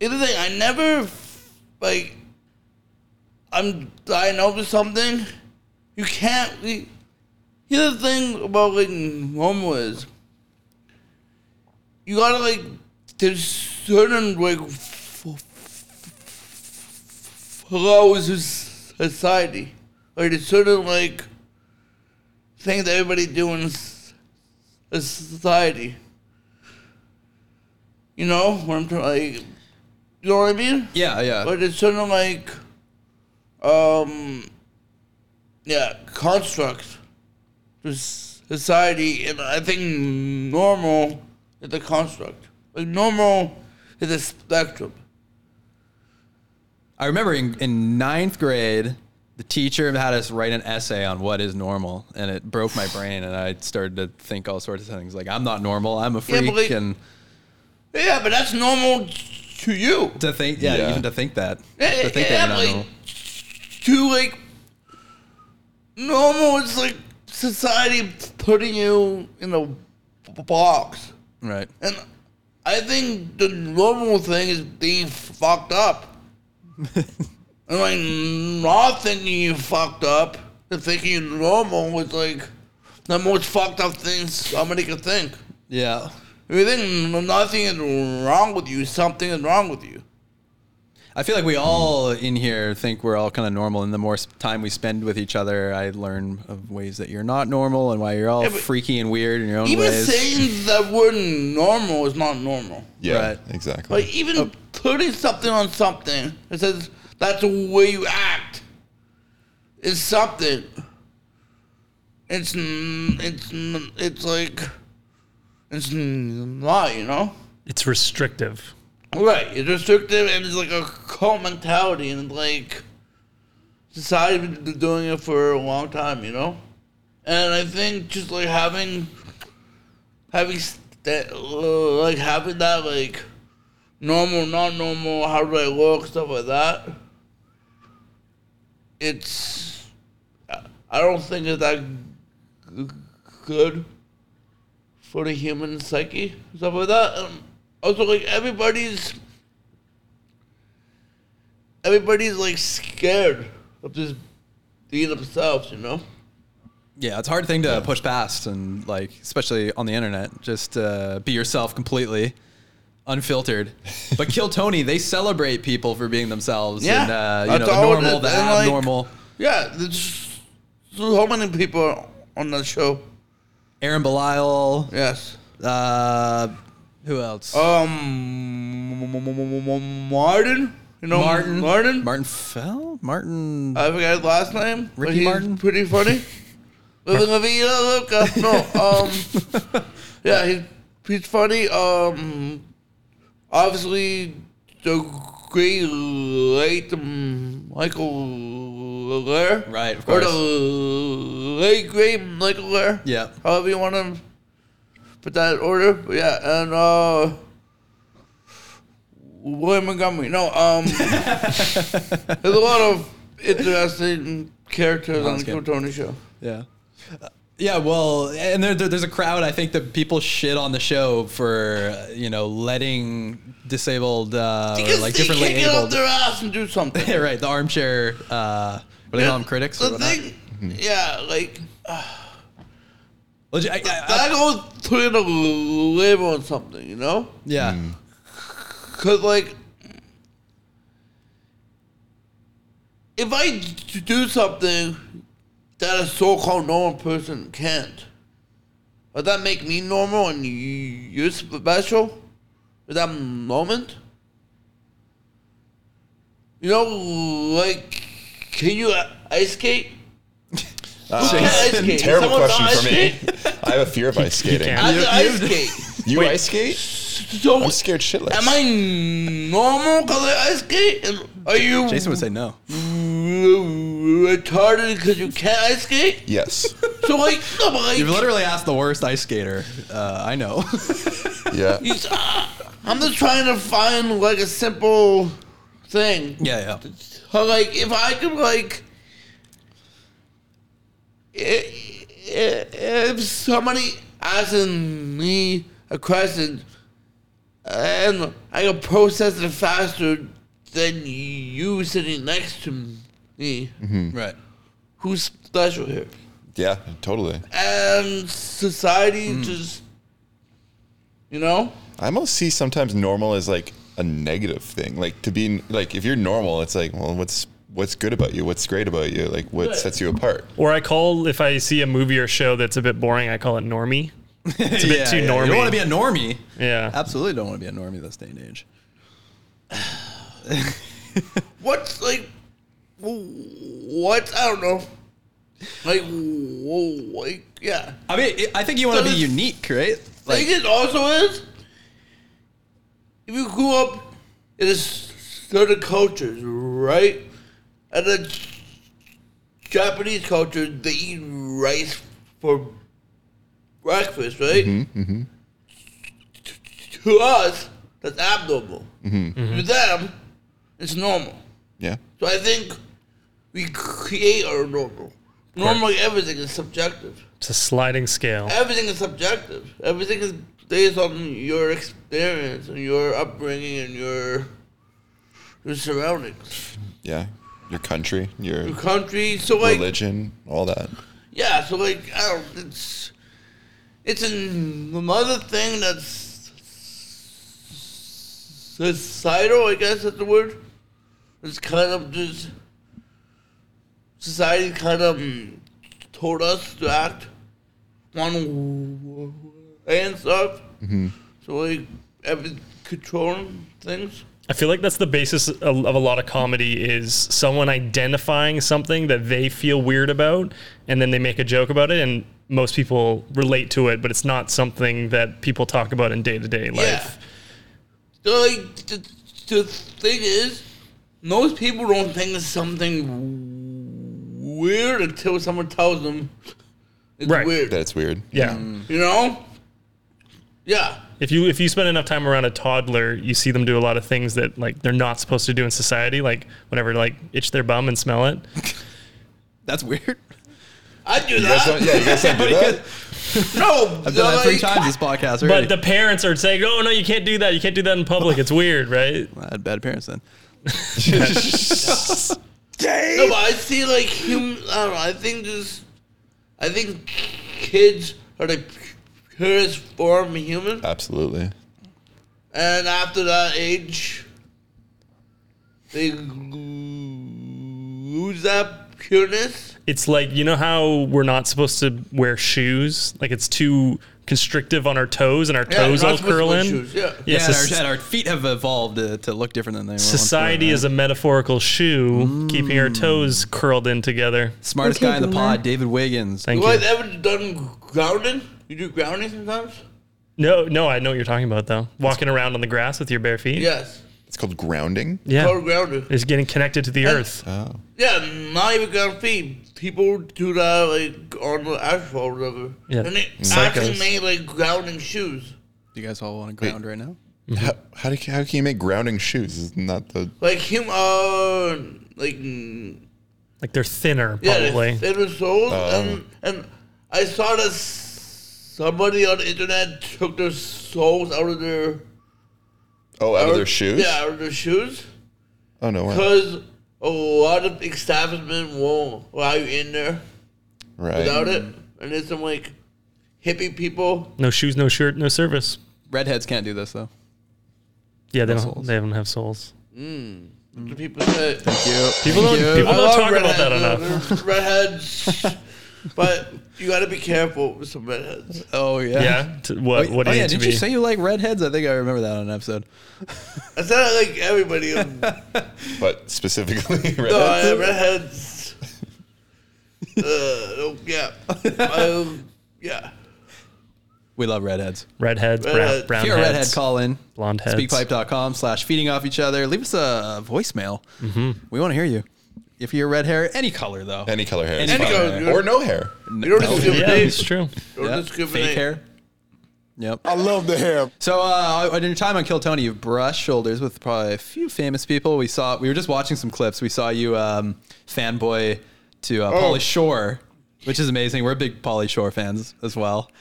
It's the thing. I never like. I'm diagnosed with something. You can't. You, here's the thing about like normal is. You gotta like. There's certain like f- f- flows of society. Like there's certain like things that everybody do in s- s- society. You know what I'm trying like you know what I mean?
Yeah, yeah.
But it's sort of like um yeah, construct to s- society and I think normal is a construct. Like normal is a spectrum.
I remember in, in ninth grade, the teacher had us write an essay on what is normal, and it broke my brain, and I started to think all sorts of things like I'm not normal, I'm a
Yeah,
freak,
but like-
and
Yeah, but that's normal to you.
to think, yeah,
Yeah.
even to think that,
Yeah,
to think
yeah,
that you're not
like,
normal.
to like normal it's like society putting you in a b- box
right?
and i think the normal thing is being fucked up and like not thinking you fucked up and thinking you normal was like the most fucked up thing somebody could think
Yeah,
if you think nothing is wrong with you something is wrong with you
I feel like we all in here think we're all kind of normal, and the more sp- time we spend with each other, I learn of ways that you're not normal and why you're all
Yeah, but-
freaky and weird in your own
even
ways.
saying that word normal is not normal
Yeah,
Right.
exactly.
Like even putting something on something that says that's the way you act is something. It's n- it's n- it's like it's n- not you know
It's restrictive.
right. It's restrictive and it's like a cult mentality and like society's been doing it for a long time you know, and I think just like having having st- like having that like normal, not normal, how do I look, stuff like that. It's, I- I don't think it's that g- good for the human psyche, stuff like that. Um, also, like everybody's, everybody's like scared of just being themselves, you know.
Yeah, it's a hard thing to push past, and like especially on the internet, just uh, be yourself completely,
*laughs*
unfiltered. But Kill Tony, they celebrate people for being themselves.
Yeah,
and, uh, you know
that's
the
all it
normal,
is,
the
and, like-
abnormal.
Yeah, there's so many people on that show.
Aaron Belial,
Yes.
uh, who else?
Oh, Um, Martin. You know
Martin,
Martin.
Martin Fell, Martin.
I forgot his last name. but
Ricky
he's
Martin? *laughs*
Pretty funny. Living La Vida Loca. No. Um.
*laughs*
yeah, he's he's funny. Um. Obviously, the great late Michael Lair.
Right, of
Or
course.
the late great Michael Lair.
yeah,
However you want to put that in order. But yeah, and uh, William Montgomery.
*laughs*
No, um, there's a lot of interesting characters on the
that's
Kill
good.
Tony show.
yeah, Uh, yeah. Well, and there, there- there's a crowd. I think that people shit on the show for uh, you know letting disabled uh, or,
Because
like
they
differently
can't get
abled
up
*laughs*
their ass and do something.
Yeah, right. The armchair. Uh, what do they call them? Critics. Or
The
whatnot. Mm-hmm.
thing, yeah, like
Legit- I- I- I-
that goes putting a label on something, you know?
yeah.
Cause like, if I d- do something that a so-called normal person can't, would that make me normal and y- you're special? At that moment, you know, like, can you uh, ice skate?
Uh, *laughs*
Can't ice skate.
terrible
Someone
question
ice
*laughs* for me.
skate?
I have a fear of ice skating.
can't.
I can ice skate.
You ice skate? *laughs*
So
I'm scared shitless.
Am I normal because I ice skate? And Are you
Jason would say no.
retarded because you can't ice skate?
Yes.
So like, *laughs* no, but like,
You've literally asked the worst ice skater. Uh, I *laughs* know.
Yeah.
he's- ah, I'm just trying to find like a simple thing.
yeah, yeah.
So, like, if I could like, i- i- if somebody asked me a question and I could process it faster than you sitting next to me,
Right.
who's special here?
Yeah. Totally.
and society just you know
I almost see sometimes normal as like a negative thing. Like to be like if you're normal, it's like well, what's what's good about you? What's great about you? Like what sets you apart?
Or I call if I see a movie or show that's a bit boring, I call it normie.
It's *laughs*
a bit too
You don't
normy.
want to be a normie.
Yeah.
Absolutely don't want to be a normie this day and age.
what's like what i don't know like whoa, like yeah
I mean, I- I think you want to be
Does-
unique, right?
like
Like,
it also is if you grew up in a s- certain cultures right and the J- japanese culture they eat rice for breakfast right mm-hmm. to us that's abnormal to them it's normal
Yeah.
so i think we create our normal normally everything is subjective
It's a sliding scale.
everything is subjective. Everything is based on your experience and your upbringing and your your surroundings,
Yeah. Your country, your
your country. So like,
religion, all that.
yeah. So like, I don't. It's it's an- another thing that's societal. I guess that's the word. It's kind of just society kind of told us to act one way and stuff. So like every controlling things.
I feel like that's the basis of, of a lot of comedy is someone identifying something that they feel weird about, and then they make a joke about it, and most people relate to it, but it's not something that people talk about in day to day life.
So like the, the thing is, most people don't think it's something weird until someone tells them it's
Right.
weird.
That's weird.
Yeah.
Mm.
you know? Yeah.
If you if you spend enough time around a toddler, you see them do a lot of things that like they're not supposed to do in society, like whenever like itch their bum and smell it.
that's weird.
I do
You guys don't,
that.
yeah, you
*laughs*
guys
*laughs*
don't do that.
No,
I've done that three
like,
times this podcast already.
But the parents are saying, "Oh no, you can't do that. You can't do that in public. It's weird, right?"
I had bad parents then.
No, but I see like hum I don't know. I think just. I think kids are the purest form of human,
Absolutely.
and after that age, they lose that pureness.
It's like you know how we're not supposed to wear shoes. Like it's too constrictive on our toes, and our
Yeah,
toes
not
all
supposed to
curl
wear
in.
shoes, yeah.
Yeah,
Yes,
and our, and our feet have evolved to, to look different than they were. once
society
were,
is a metaphorical shoe, keeping our toes
Mm.
curled in together.
Smartest
Okay,
guy in the
boomer.
pod, David Wiggins.
Thank
You guys
you.
ever done grounding? You do grounding sometimes?
No, no, I know what you're talking about though. Walking around on the grass with your bare feet.
Yes.
It's called grounding.
Total
yeah.
grounding.
It's getting connected to the earth.
Oh.
Yeah, not even ground feet. People do that like on the asphalt or whatever.
Yeah, Mm.
And they
psychos.
actually made like grounding shoes.
You guys all want to ground right now?
How, how, do, you- how can you make grounding shoes? It's not the
Like him uh like mm,
Like they're thinner,
yeah,
probably.
it was sold
Oh.
and and I saw that s- somebody on the internet took their soles out of their
oh out of their shoes.
Yeah, out of their shoes.
Oh no. Way.
Because a lot of establishment won't allow you in there.
Right.
without it. And there's some like hippie people.
no shoes, no shirt, no service.
Redheads can't do this though.
Yeah, they
No
don't.
soles.
They don't have souls.
The people say
People don't. People don't
I love
talk about that
redheads,
enough.
they're- they're *laughs* redheads, but you got to be careful with some redheads.
Oh yeah.
Yeah. To, what?
Wait,
what do
oh
you
yeah,
need to
did
be?
you say you like redheads? I think I remember that on an episode.
I said I like everybody. um, no,
But specifically, *laughs*
I
redheads.
have redheads. Um, Uh, oh, yeah, I, yeah.
We love redheads.
Redheads, brown,
Redhead.
brown
Uh, If you're a
heads,
redhead, call in.
blonde heads.
Speakpipe.com slash feeding off each other. Leave us a voicemail.
Mm-hmm.
We want to hear you. If you're red hair, any color though.
Any color hair. is
Any
fine.
color is good.
or no hair.
You don't discriminate.
Yeah, it's true.
Don't
Yep.
discriminate.
Fake hair. Yep.
I love the hair.
So, uh, in your time on Kill Tony, you've brushed shoulders with probably a few famous people. We saw we were just watching some clips. We saw you um, fanboy to uh, Polly Shore, which is amazing. We're big Polly Shore fans as well.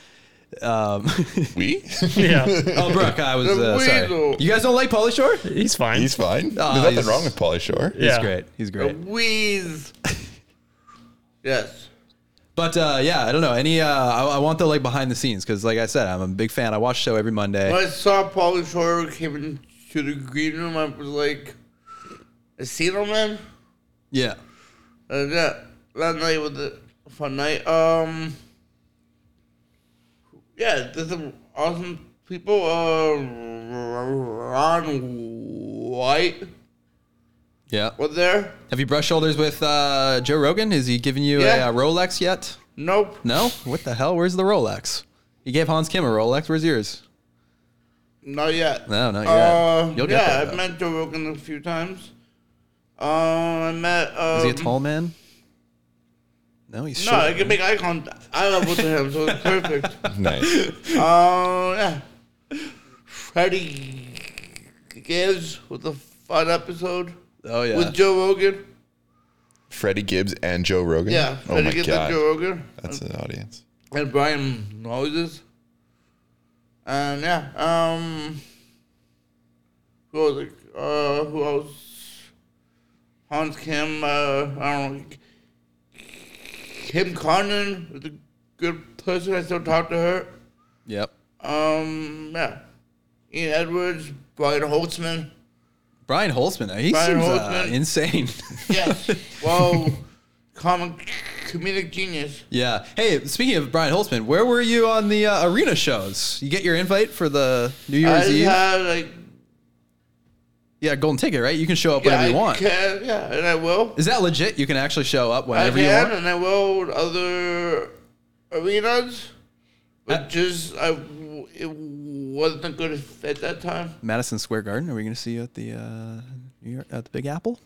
Um,
We?
Yeah,
oh, Brooke, I was
The
uh, sorry.
weasel.
You guys don't like Polly Shore? He's
*laughs* he's fine.
He's fine.
Ah,
There's nothing
he's-
wrong with Polly Shore.
yeah.
great. He's great.
Um, Wheeze. yes.
But uh, yeah, I don't know. Any? Uh, I, I want the like behind the scenes because, like I said, I'm a big fan. I watch the show every Monday.
When I saw Paulie Shore came into the green room, I was like, "Is he the man?"
Yeah.
And yeah, that night was a fun night. Um, yeah, there's some awesome people. Uh, Ron White
Yeah.
was there.
Have you brushed shoulders with uh, Joe Rogan? Is he giving you
Yeah.
a, uh Rolex yet?
Nope.
No? What the hell? Where's the Rolex? He gave Hans Kim a Rolex. Where's yours?
Not yet.
No, not yet.
Uh,
You'll get
yeah,
there,
I've
though.
met Joe Rogan a few times. Um, I met. Um,
Is he a tall man? No, he's
No,
short.
I can make eye contact. I love with him, so it's perfect.
*laughs*
*laughs*
Nice.
Oh yeah. Freddie Gibbs with a fun episode
oh, yeah.
with Joe Rogan.
Freddie Gibbs and Joe Rogan.
Yeah,
Oh
Freddie
my
Gibbs
god.
and Joe Rogan.
That's an audience.
And Brian Moses. And yeah, um, who was it? Uh, who else? Hans Kim. Uh, I don't know. Kim Conan is a good person. I still talk to her.
yep.
Um, yeah. Ian Edwards, Brian Holtzman.
Brian Holzman. He
Brian
seems Uh,
Holzman.
insane. *laughs*
Yes. well, comic comedic genius.
yeah. Hey, speaking of Brian Holzman, where were you on the uh, arena shows? You get your invite for the New
I
Year's
just
Eve?
had like
yeah, golden ticket, right? You can show up
yeah,
whenever
I
you want.
can, yeah, and I will.
Is that legit? You can actually show up
I
whenever you
can,
want?
and I will with other arenas. But
Uh,
just I, w- it wasn't a good fit that time.
Madison Square Garden. Are we going to see you at the uh, New York, at the Big Apple?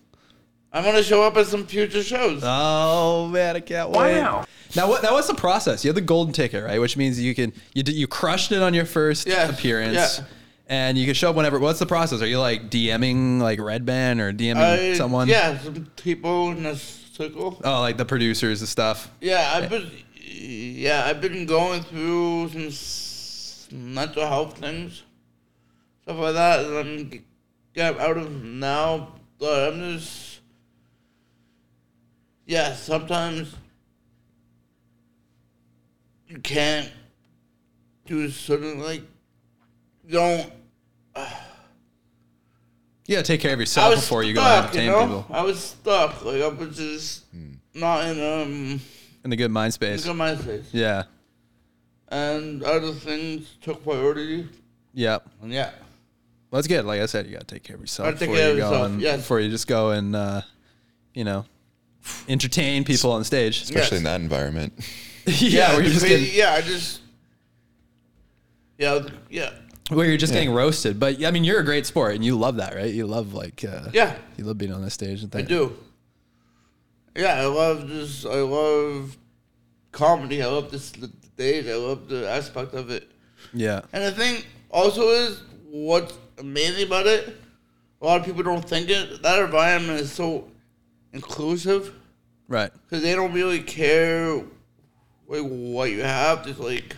I'm gonna show up at some future shows.
Oh man, I can't wait.
Wow.
Now what? Now what's the process? You have the golden ticket, right? Which means you can you did- you crushed it on your first
Yeah,
appearance,
yeah.
and you can show up whenever. What's the process? Are you like DMing like Red Band or DMing
I,
someone?
Yeah, some people in a circle.
Oh, like the producers and stuff.
Yeah, I've been. Yeah, I've been going through some s- mental health things, stuff like that, and I'm g- getting out of now. But I'm just. Yeah, sometimes you can't do certain like you don't.
You gotta take care of
I
yourself
was
before
stuck,
you
you,
go and entertain
know.
people Hmm.
I was stuck. Like I was just not in um.
in the good mind
Look
space.
at my face.
Yeah,
and other things took priority.
yeah.
And yeah,
Well, that's good. Like I said, you gotta take care of yourself
Gotta take
before
care
you go
of yourself,
and
yes.
before you just go and uh, you know entertain people on stage. *laughs* yeah,
Especially in that environment. *laughs*
where you're just
but
getting
yeah, I just yeah, I was- yeah,
where you're just getting roasted. But I mean, you're a great sport, and you love that, right? You love like uh,
yeah.
you love being on this stage and
I
things.
do. Yeah, I love this. I love comedy. I love this the stage. I love the aspect of it.
Yeah,
And the thing also is what's amazing about it. A lot of people don't think it. That environment is so inclusive.
right.
because they don't really care like what you have. Just like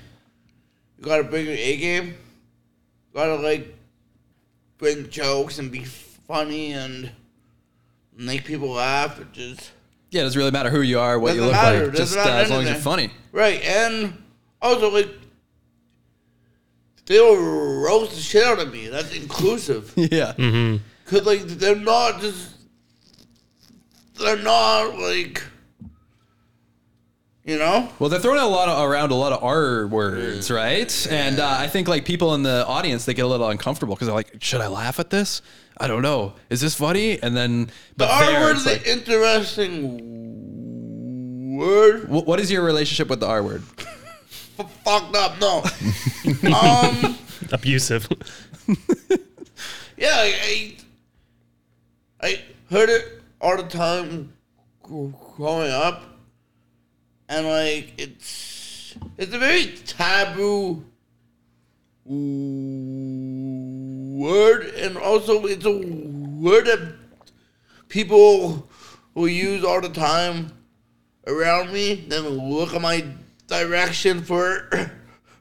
you gotta bring your A game. You gotta like bring jokes and be funny and make people laugh. It just
Yeah, it doesn't really matter who you are, what you
Doesn't
look
matter.
like,
Doesn't
just uh,
matter
as long as you're
anything.
funny. *laughs*
right and also like they'll roast the shit out of me. That's
*laughs*
inclusive.
yeah,
Cause like they're not just they're not like you know
Well, they're throwing a lot of, around a lot of R words,
Mm.
right? And uh, I think like people in the audience they get a little uncomfortable because they're like, should I laugh at this? I don't know. Is this funny? And then, but
The R
there,
word
it's
is
like,
an interesting word.
wh- what is your relationship with the R word?
f- fucked up. No. um.
Abusive. *laughs*
Yeah, I, I, I heard it all the time gr- growing up, and like it's it's a very taboo word, and also it's a word that people will use all the time around me. Then look at my direction for *coughs*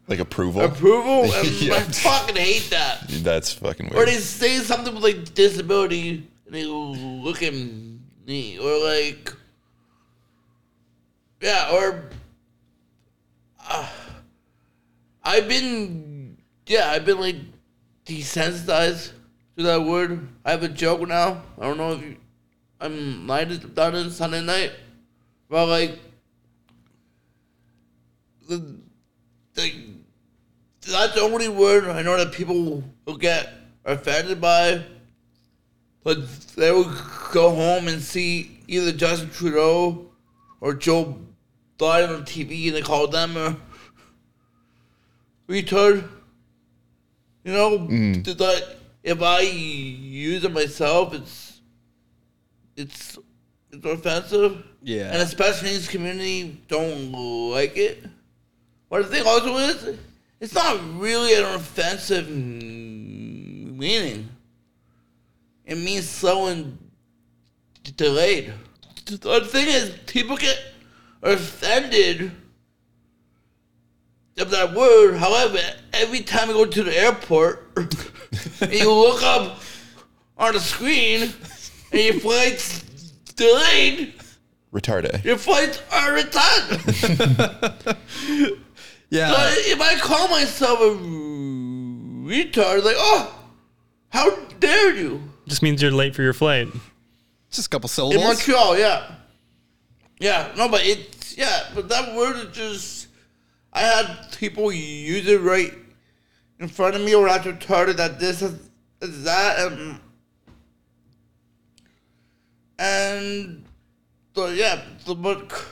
Like approval.
approval, and
Yeah.
I fucking hate that.
That's fucking
Or
weird.
they say something with like disability and they look at me. Or like Yeah, or uh, I've been yeah, I've been like desensitized to that word. I have a joke now. I don't know if you, I'm lighted about it Sunday night. But like the, the that's the only word I know that people will get offended by. But they will go home and see either Justin Trudeau or Joe Biden on TV and they call them a retard. You know, th- that if I use it myself, it's it's it's offensive.
Yeah.
and especially in this community, don't like it. But the thing also is, it's not really an offensive mm, meaning. It means slow and d- delayed. The thing is, people get offended of that word. However, every time you go to the airport, and you look up on the screen, and your flight's delayed,
Retarde.
your flights are retarded. So
Yeah.
if I call myself a retard, like, oh, how dare you?
Just means you're late for your flight.
Just a couple
In
syllables.
Montreal, yeah. Yeah, no, but it's, yeah, but that word is just, I had people use it right in front of me, or that's retarded, that this, is is that, and, and, so yeah, so, but c-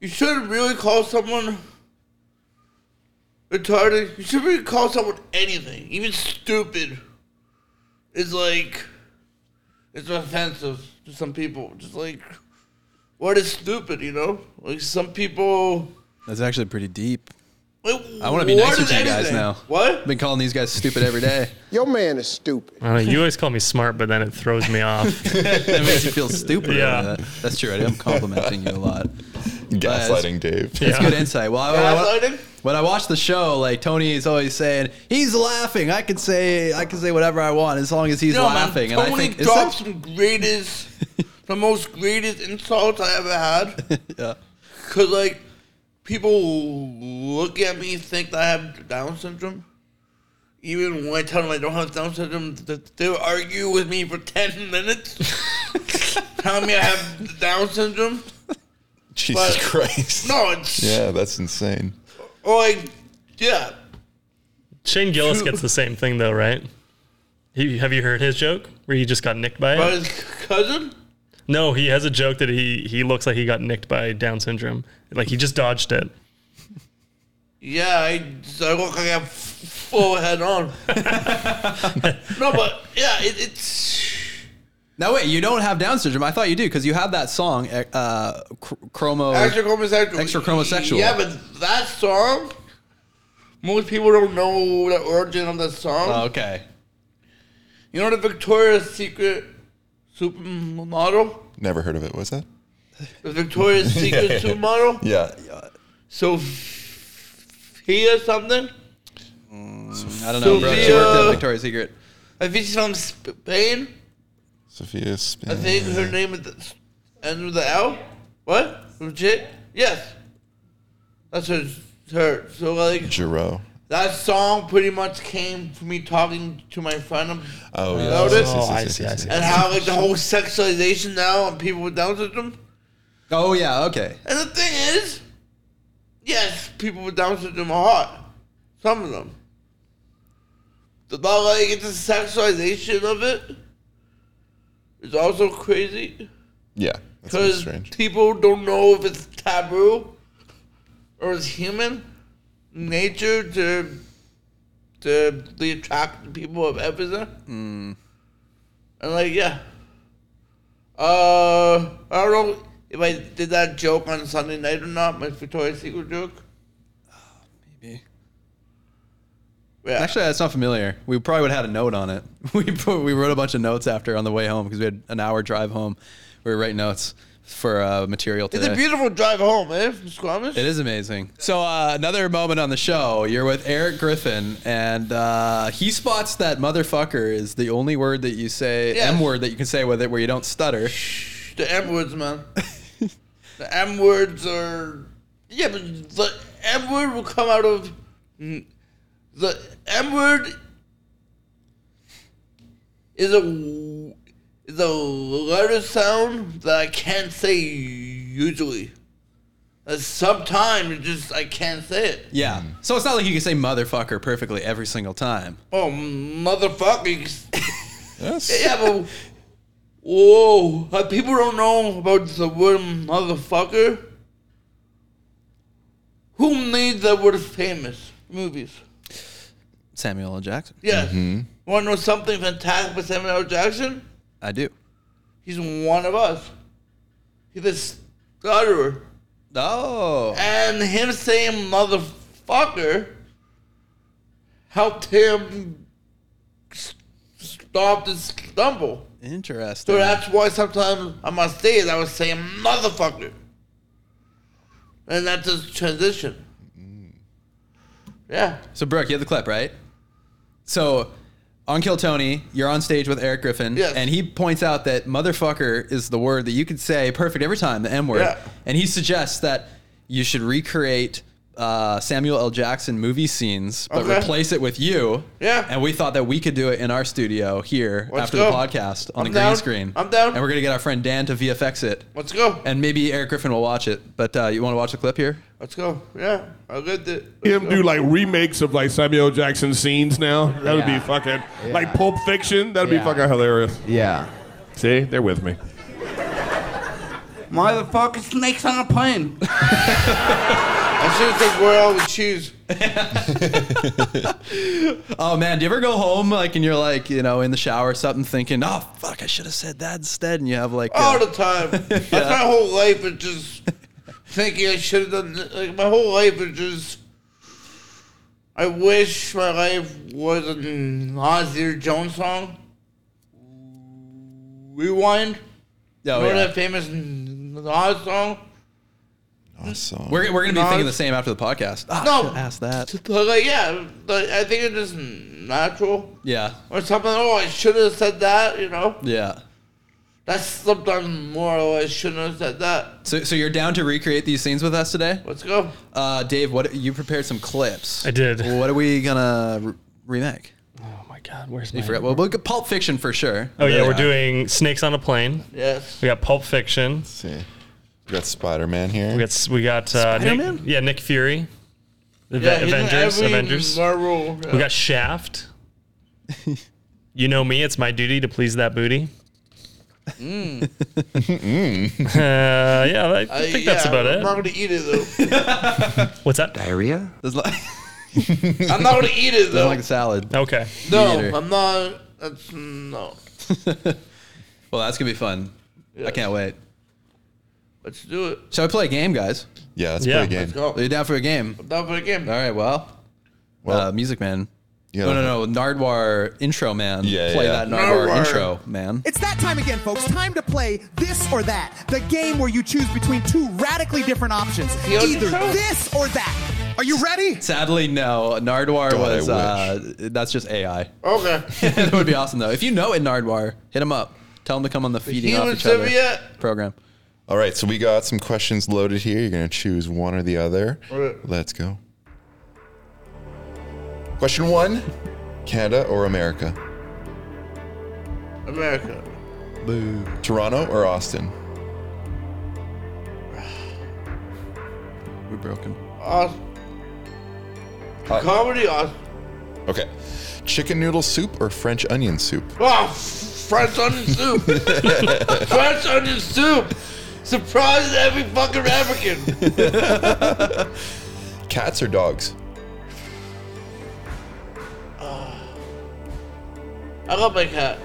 you shouldn't really call someone retarded. You should really call someone anything, even stupid. It's like, it's offensive to some people. Just like, what is stupid, you know? Like some people.
That's actually pretty deep.
Like,
I wanna be
what
nicer
is
to you guys
anything?
now.
What?
I've been calling these guys stupid every day.
*laughs*
Your man is stupid.
I don't know, you always call me smart, but then it throws me off.
*laughs* That makes you feel stupid.
Yeah.
over that. That's true. I am complimenting you a lot.
Gaslighting Dave.
That's good insight. Well, I, I-
Gaslighting?
when I watch the show, like Tony is always saying, he's laughing. I can say I can say whatever I want as long as he's
No, man,
laughing. and I
Tony
think is that-
dropped some greatest, the most greatest insults I
*laughs*
ever had.
*laughs* Yeah.
Cause like, people look at me think that I have Down syndrome. Even when I tell them I don't have Down syndrome, th- they'll argue with me for
*laughs*
ten minutes, telling me I have Down syndrome.
Jesus
But-
Christ.
No, it's
Yeah, that's insane.
Or like, Oh, yeah.
Shane Gillis gets the same thing though, right? He, have you heard his joke where he just got nicked by it?
But his cousin?
No, he has a joke that he he looks like he got nicked by Down syndrome. Like he just dodged it.
Yeah, I, I look like I have full head on. *laughs* no, but yeah, it, it's.
Now wait, you don't have Down syndrome. I thought you do because you have that song, uh, cr- Chromo.
Extra chromosexual.
Extra chromosexual.
Yeah, but that song, most people don't know the origin of that song.
Oh, okay.
You know the Victoria's Secret supermodel?
Never heard of it. Was that?
*laughs*
The Victoria's Secret supermodel?
Yeah.
Sophia something?
I don't know, bro. She worked at Victoria's Secret.
I think she's from Spain.
Sophia
I
Spin.
think her name is the, ends with the L. What? Legit? Yes. That's her. Her. So like
Giroux.
that song pretty much came from me talking to my friend
Oh, yeah.
Notice?
Yes, yes,
Oh, I
yes,
see,
yes,
I see.
yes.
and how like the whole sexualization now on people with Down syndrome.
Oh yeah, okay.
And the thing is, yes, people with Down syndrome are hot. Some of them. But like it's the sexualization of it. It's also crazy.
Yeah. That's really
Because
strange.
people don't know if it's taboo or is human nature to to the attract people of Ephesus?
Hmm.
And like, yeah. Uh, I don't know if I did that joke on Sunday night or not. My Victoria's Secret joke.
Oh, Maybe.
Yeah.
*laughs* Actually, that's not familiar. We probably would have had a note on it. *laughs* We put, we wrote a bunch of notes after on the way home because we had an hour drive home. We were writing notes for uh, material
it's
today.
a beautiful drive home, eh? From Squamish.
It is amazing. So uh, another moment on the show, you're with Eric Griffin, and uh, he spots that motherfucker is the only word that you say,
Yes.
M word that you can say with it, where you don't stutter.
The M words, man. the M words are. Yeah, but the M word will come out of. mm, The M word is a w- is a letter sound that I can't say usually. Uh, Sometimes it just I can't say it.
Yeah. So it's not like you can say motherfucker perfectly every single time.
Oh motherfucking
Yes.
yeah, but whoa, uh, people don't know about the word motherfucker. Who made the word famous? Movies.
Samuel L. Jackson.
Yes. Want to know something fantastic about Samuel L. Jackson?
I do.
He's one of us. He's a stutterer.
Oh.
And him saying motherfucker helped him s- stop the stumble.
Interesting.
So that's why sometimes on my stage I would say motherfucker. And that's just transition. Yeah.
So Brooke, you have the clip, right? So on Kill Tony, you're on stage with Eric Griffin,
Yes.
and he points out that motherfucker is the word that you could say perfect every time, the M word.
Yeah.
And he suggests that you should recreate uh, Samuel L. Jackson movie scenes, but
Okay.
replace it with you.
Yeah.
And we thought that we could do it in our studio here
Let's
after
go.
the podcast on
I'm
a green
down.
screen.
I'm down.
And we're gonna get our friend Dan to VFX it.
Let's go.
And maybe Eric Griffin will watch it. But uh, you want to watch the clip here?
Let's go. Yeah. I get it.
him do like remakes of like Samuel L. Jackson scenes now. That would be fucking like Pulp Fiction. That'd
Yeah.
be fucking hilarious.
Yeah.
See, they're with me.
Motherfucker snakes on a plane. *laughs* I should take where all the cheese.
Oh man, do you ever go home like and you're like, you know, in the shower or something thinking, oh fuck, I should have said that instead? And you have like,
All
uh,
the time.
*laughs*
That's my whole life is just thinking I should have done th- like my whole life is just I wish my life was a Nazir Jones song. Rewind.
oh,
Remember
yeah.
that famous Nas song?
Awesome.
we're, we're gonna be
No,
thinking the
it's-
same after the podcast. Ah,
No.
should've asked that.
But like, yeah, like, I think it's just natural
Yeah,
or something. Oh, I should have said that, you know?
yeah.
That's sometimes more, oh, I shouldn't have said that.
So, so you're down to recreate these scenes with us today,
Let's go.
uh, Dave? What you prepared some clips?
I did.
What are we gonna re- remake?
Oh my God, where's
You
my?
forgot. Well, we'll get Pulp Fiction for sure.
Oh yeah, we're doing Snakes on a Plane.
Yes.
We got Pulp Fiction.
Let's see. We got Spider Man here.
We got we got uh, Nick,
Spider-Man?
yeah Nick Fury. Ave-
Yeah, he's in
Avengers,
every
Avengers.
Marvel, uh,
We got
*laughs*
Shaft. you know me; it's my duty to please that booty.
Mm.
*laughs* uh, yeah, I, I think that's about
I'm
it.
not gonna eat it though.
What's that?
Diarrhea?
There's *laughs* like,
I'm not gonna eat
there's
it though.
like a salad.
Okay.
eater.
no, I'm not. That's no.
Well, that's gonna be fun. I can't wait.
Let's do it.
Shall we play a game, guys?
yeah, let's
Yeah.
play a
Let's
game.
go.
Are you down for a game?
Down for the game.
All right. Well,
Well-
uh, Music Man.
Yeah.
no, no, no. Nardwar intro, man.
Yeah,
Play
yeah.
that Nardwar,
Nardwar.
intro, man.
It's that time again, folks. Time to play this or that. The game where you choose between two radically different options.
Yo,
Either
Nico.
this or that. Are you ready?
Sadly, no. Nardwar
God, I
was. Uh, that's just *laughs* AI.
Okay.
that would be awesome, though. If you know it, Nardwar, hit him up. Tell him to come on the feeding off
Human
each other
Soviet.
program.
All right, so we got some questions loaded here. You're going to choose one or the other.
Alright.
Let's go. Question one Canada or America?
America.
Toronto or Austin?
We're broken.
Awesome.
Uh,
Comedy. Awesome.
Okay. Chicken noodle soup or French onion soup?
Oh, f- French onion soup. French onion soup. Surprises every fucking African.
Cats or dogs?
I love my cat.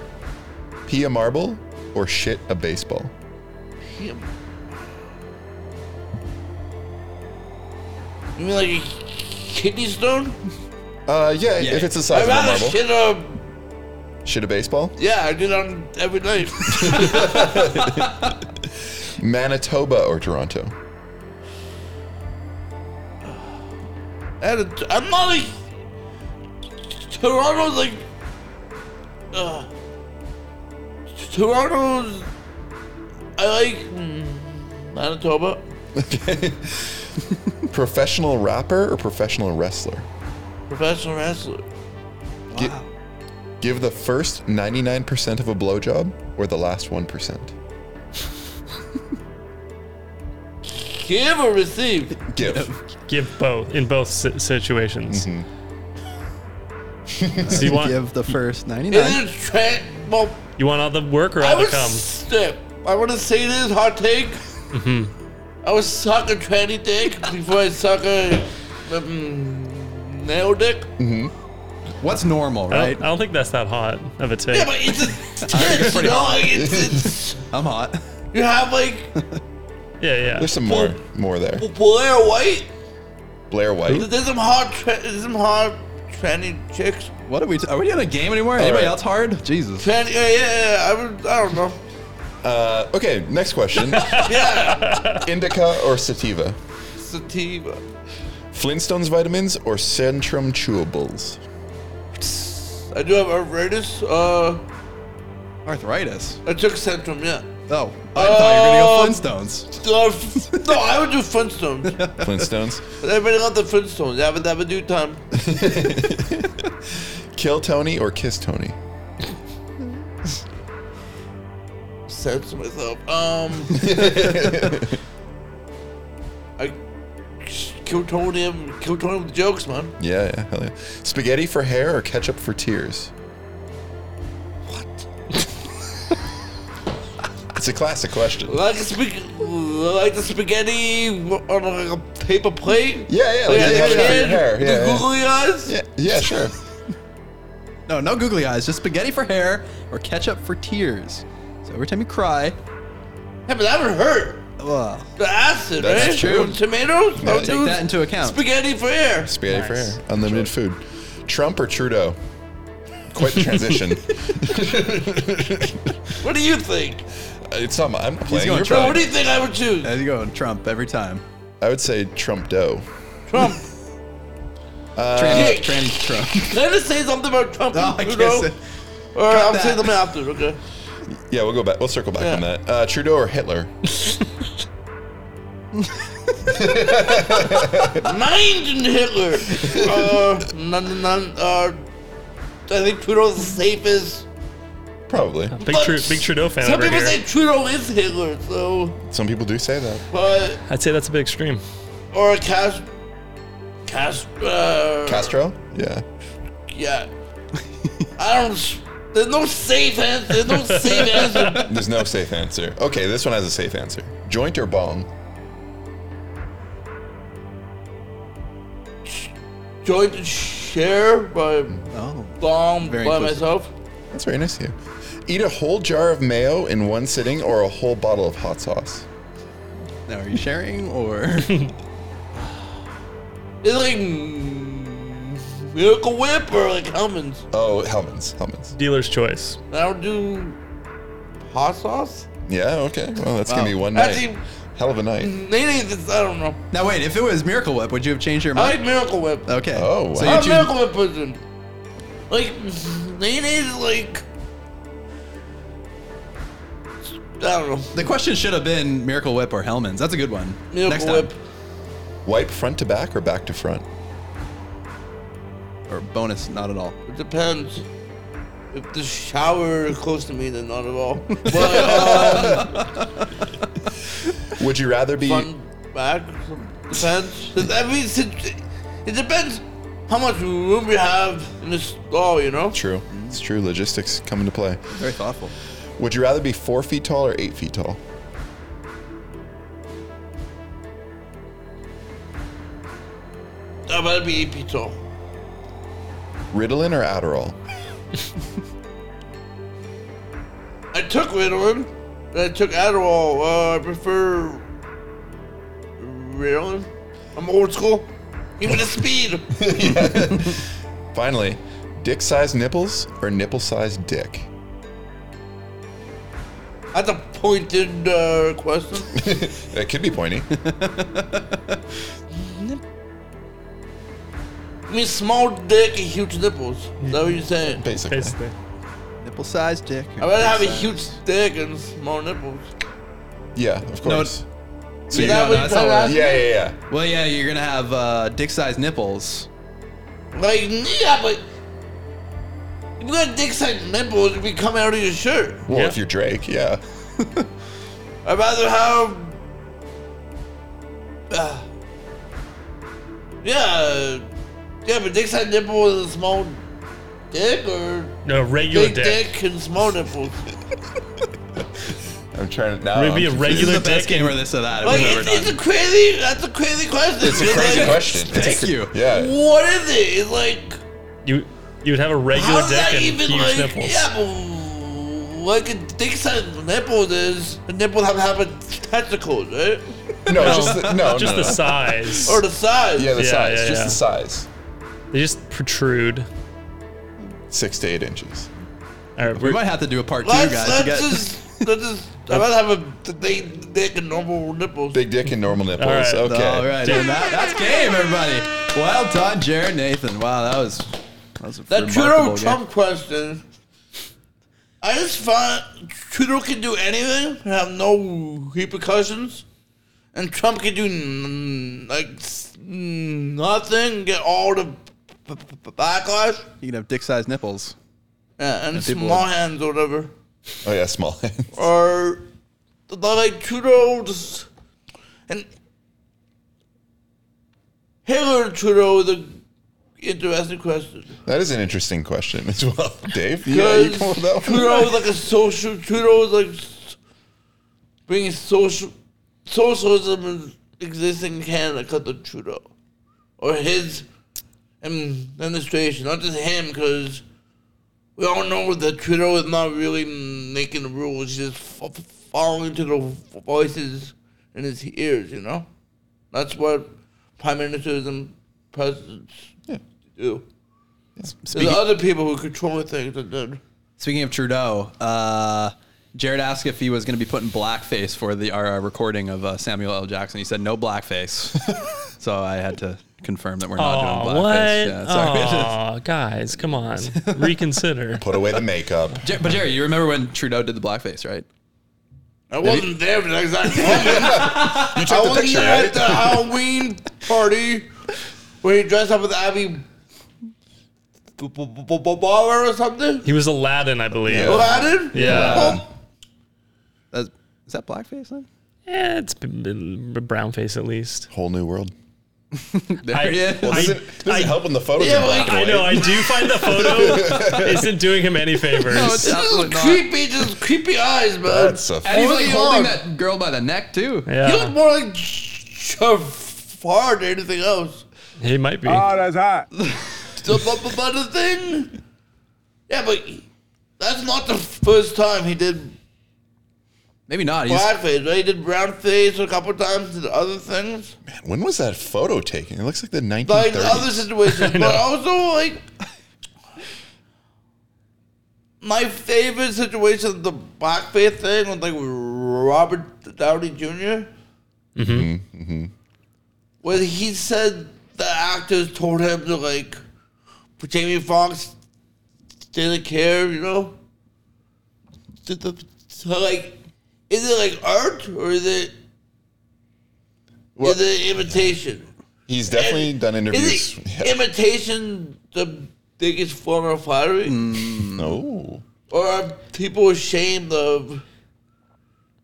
Pee a marble or shit a baseball?
Him. You mean like a kidney stone?
Uh, yeah, if it's the size of
I'd
a
rather
marble.
Ah, shit a
Shit a baseball?
yeah. I do that
*laughs*
every night.
Manitoba or Toronto?
And it- I'm not like Toronto's like uh, Toronto's. I like mm, Manitoba.
professional rapper or professional wrestler?
Professional wrestler.
Gi- give the first 99% of a blowjob or the last 1%?
Give or receive?
Give.
Give both in both si- situations.
*laughs*
so you want
Mm-hmm. Give the first
Is
99.
it tra- well,
you want all the work or
I
all the
was
cum?
step. I want to say this hot take. I was suck a tranny dick before I suck a um, nail dick.
What's normal,
I
right?
don't, I don't think that's that hot of a take.
Yeah, but it's a tit, you know. Like it's, it's
I'm hot. *laughs*
you have like
yeah, yeah.
There's some more, more there.
Blair White.
Blair White.
There's some hot. Tra- there's some hot tranny chicks.
What are we? T- are we doing a game anymore? Anybody
right.
else hard? Jesus.
Tranny. Yeah, yeah, yeah. I, was, I don't know.
Uh, okay,
*laughs*
next question. Indica or sativa?
Sativa.
Flintstones vitamins or Centrum chewables?
I do have arthritis. Uh,
Arthritis.
I took Centrum. Yeah. *laughs*
Oh, I thought you were gonna go Flintstones.
Uh, f- no, I would do Flintstones.
*laughs*
Flintstones.
Everybody got the Flintstones. Have a have a do time.
Kill Tony or kiss Tony?
Said to myself,
*laughs*
um, I kill Tony. and- Kill Tony with jokes, man.
Yeah, yeah, hell yeah. Spaghetti for hair or ketchup for tears? What? *laughs* it's a classic question.
Like a spag- like the spaghetti on like a paper plate.
Yeah, yeah,
Like
like
a
you have it for your
kid
hair,
with
yeah, yeah.
googly eyes.
Yeah, yeah, sure.
No, no googly eyes. Just spaghetti for hair or ketchup for tears. So every time you cry,
Hey, but that would hurt.
ugh,
The acid,
That's
right?
true.
With Tomatoes. I would
take
do
that into account.
spaghetti for air.
Spaghetti for hair. Unlimited food. Trump or Trudeau? Quite the transition.
*laughs*
What do you think?
it's not my, I'm not playing.
going
You're
Trump.
What
playing.
do you think I would choose?
Uh,
there you go, Trump every time.
I would say Trump Doe.
Trump. Uh,
Tranny,
Dick.
tranny
*laughs*
Trump.
Can I just say something
*laughs*
about Trump?
No, I
and
can't
Trudeau?
say-
Or I'll say
that.
something after. Okay.
Yeah, we'll go back. We'll circle back
Yeah.
on that. Uh, Trudeau or
*laughs*
Hitler?
Mind
*laughs*
and Hitler. uh, none, none, uh, I think Trudeau's the safest.
Probably.
Big, Tru- big Trudeau fan
Some
over
people
here.
say Trudeau is Hitler, so
Some people do say that.
but
I'd say that's a bit extreme.
or Cas, Cas, uh,
Castro? Yeah.
yeah. I don't. s- There's no safe answer. There's no safe answer.
There's no safe answer. Okay, this one has a safe answer. Joint or bong?
Joint and share by
Oh,
bomb
Very
by
inclusive.
myself.
That's very nice of you. Eat a whole jar of mayo in one sitting or a whole bottle of hot sauce.
now are you sharing
*laughs*
or?
It's like mm, Miracle Whip or like Hellman's.
Oh, Hellman's. Hellman's.
Dealer's choice.
And I don't do hot sauce.
Yeah, okay. Well, that's going to be one night.
Actually,
Hell of a night.
Maybe it's, I don't know.
now wait, if it was Miracle Whip, would you have changed your
I
mind?
like Miracle Whip.
okay.
Oh,
So you
wow.
I'm a
choose-
Miracle Whip person. Like, mayonnaise is like. I don't know.
the question should have been Miracle Whip or Hellman's. That's a good one. Next
Miracle Whip.
time.
Wipe front to back or back to front?
Or bonus, not at all.
It depends. If the shower is close to me, then not at
*laughs*
all. But, uh,
Would you rather be.
fun back. Depends. 'Cause Every situ- it depends how much room you have in the stall, you know?
True. It's true. Logistics come into play.
Very thoughtful.
Would you rather be four feet tall or eight feet tall?
I'm gonna be E eating pizza.
Ritalin or Adderall?
I took Ritalin. and I took Adderall. Uh, I prefer Ritalin. I'm old school. Give me
*laughs*
the speed.
Finally, dick sized nipples or nipple sized dick?
That's a pointed uh, question.
That could
*laughs*
be pointy.
I mean, small dick and huge nipples. Is that what you're saying?
Basically.
Nipple sized dick.
I'd rather have a huge dick and small nipples.
yeah, of
No,
course.
So you
Is that
know,
what
that's how
you're
it
asking?
works.
yeah, yeah, yeah.
Well, yeah, you're gonna have uh, dick-sized nipples.
Like, yeah, but if you got dick sized nipples, it'd be coming out of your shirt.
Well,
Yeah.
if you're Drake, yeah.
I'd rather have. Ah. yeah, uh, yeah, but dick sized nipple is a small dick or
No, regular
big
dick.
dick. and small nipples.
I'm trying to. Now
Would it be a
I'm
This
confused.
is
regular
the best
dick
game
and-
where this or that
like,
we've ever
it's, it's
done.
a crazy. That's a crazy question.
It's a crazy question. It's a
Thank
cr-
you.
Yeah.
What is it? It's like.
You you would have a regular
How's
dick
that
and
even
huge
like,
nipples.
Yeah, but like a dick sized nipple is a nipple have have a tentacles, right?
No, just the, no,
Just
no,
*laughs* the
no.
size.
Or the size.
Yeah, the
Yeah,
size.
yeah,
just
yeah.
the size.
they just protrude.
Six to eight inches.
All right,
We
we're,
might have to do a part two,
Let's,
guys.
let's
to get-
just let's
*laughs*
just I'd rather have a big dick and normal nipples.
Big dick and normal nipples.
right.
Okay.
All right, and that, that's game, everybody. Well done, Jared Nathan. Wow, that was that was a
That
remarkable
Trudeau
game.
Trump question. I just find Trudeau can do anything and have no repercussions, and Trump can do n- like s- nothing and get all the b- b- b- backlash.
You can have dick-sized nipples.
Yeah, and,
people
small
would-
hands or whatever.
Oh yeah, small *laughs* hands.
Or the- like Trudeau just and Hitler Trudeau is an interesting question.
That is an interesting question as well, *laughs* Dave. Yeah, you
Because
come up with that one.
Trudeau is like a social Trudeau is like s- bringing social socialism is existing in Canada because of Trudeau or his um, administration, not just him, because we all know that Trudeau is not really making the rules; he's just f- following to the voices in his ears. You know, that's what prime ministers and presidents do. There's
*laughs*
Speaking,
other people who control things and then.
speaking of Trudeau, uh, Jared asked if he was going to be put in blackface for the our, uh, recording of uh, Samuel L. Jackson. He said no blackface, so I had to confirm that we're not
Aw,
doing
what?
blackface. Yeah, sorry. *laughs*
*laughs* Aw, guys, come on, reconsider.
Put away the *laughs* makeup.
Jer- but Jerry, you remember when Trudeau did the blackface, right?
I wasn't there for that exact moment.
You took
I
the
wasn't
picture,
at
right?
the Halloween party where he dressed up as Abby Baller or something.
He was Aladdin, I believe.
Yeah.
Aladdin?
Yeah.
Oh,
That's, is that blackface then? *laughs*
Yeah, it's b- b- brown face at least.
Whole new world.
There
I-
he is.
*laughs* I-
Doesn't, doesn't
I-
help when the photos
Yeah,
are black
like,
I
and white.
know. I do find the *laughs* photo isn't doing him any favors.
No, it's
This is
absolutely not.
creepy, just creepy eyes, man.
That's a
And he's
Only
like holding
on.
that girl by the neck too.
He
yeah,
looked more like Jafar than anything else.
he might be.
Oh, that's hot.
So, but, but, but the thing, yeah, but that's not the first time he did
Maybe not. He's,
blackface. Right? He did brown face a couple times and other things.
When was that photo taken? It looks like the 1930s.
like other situations, but also like my favorite situation, the blackface thing with like Robert Downey junior Mm-hmm. where he said the actors told him to like Jamie Foxx didn't care, you know. So like, is it like art or is it is
Well-
it imitation?
He's definitely done interviews.
Is it
Yeah.
imitation the biggest form of flattery?
No.
Or are people ashamed of.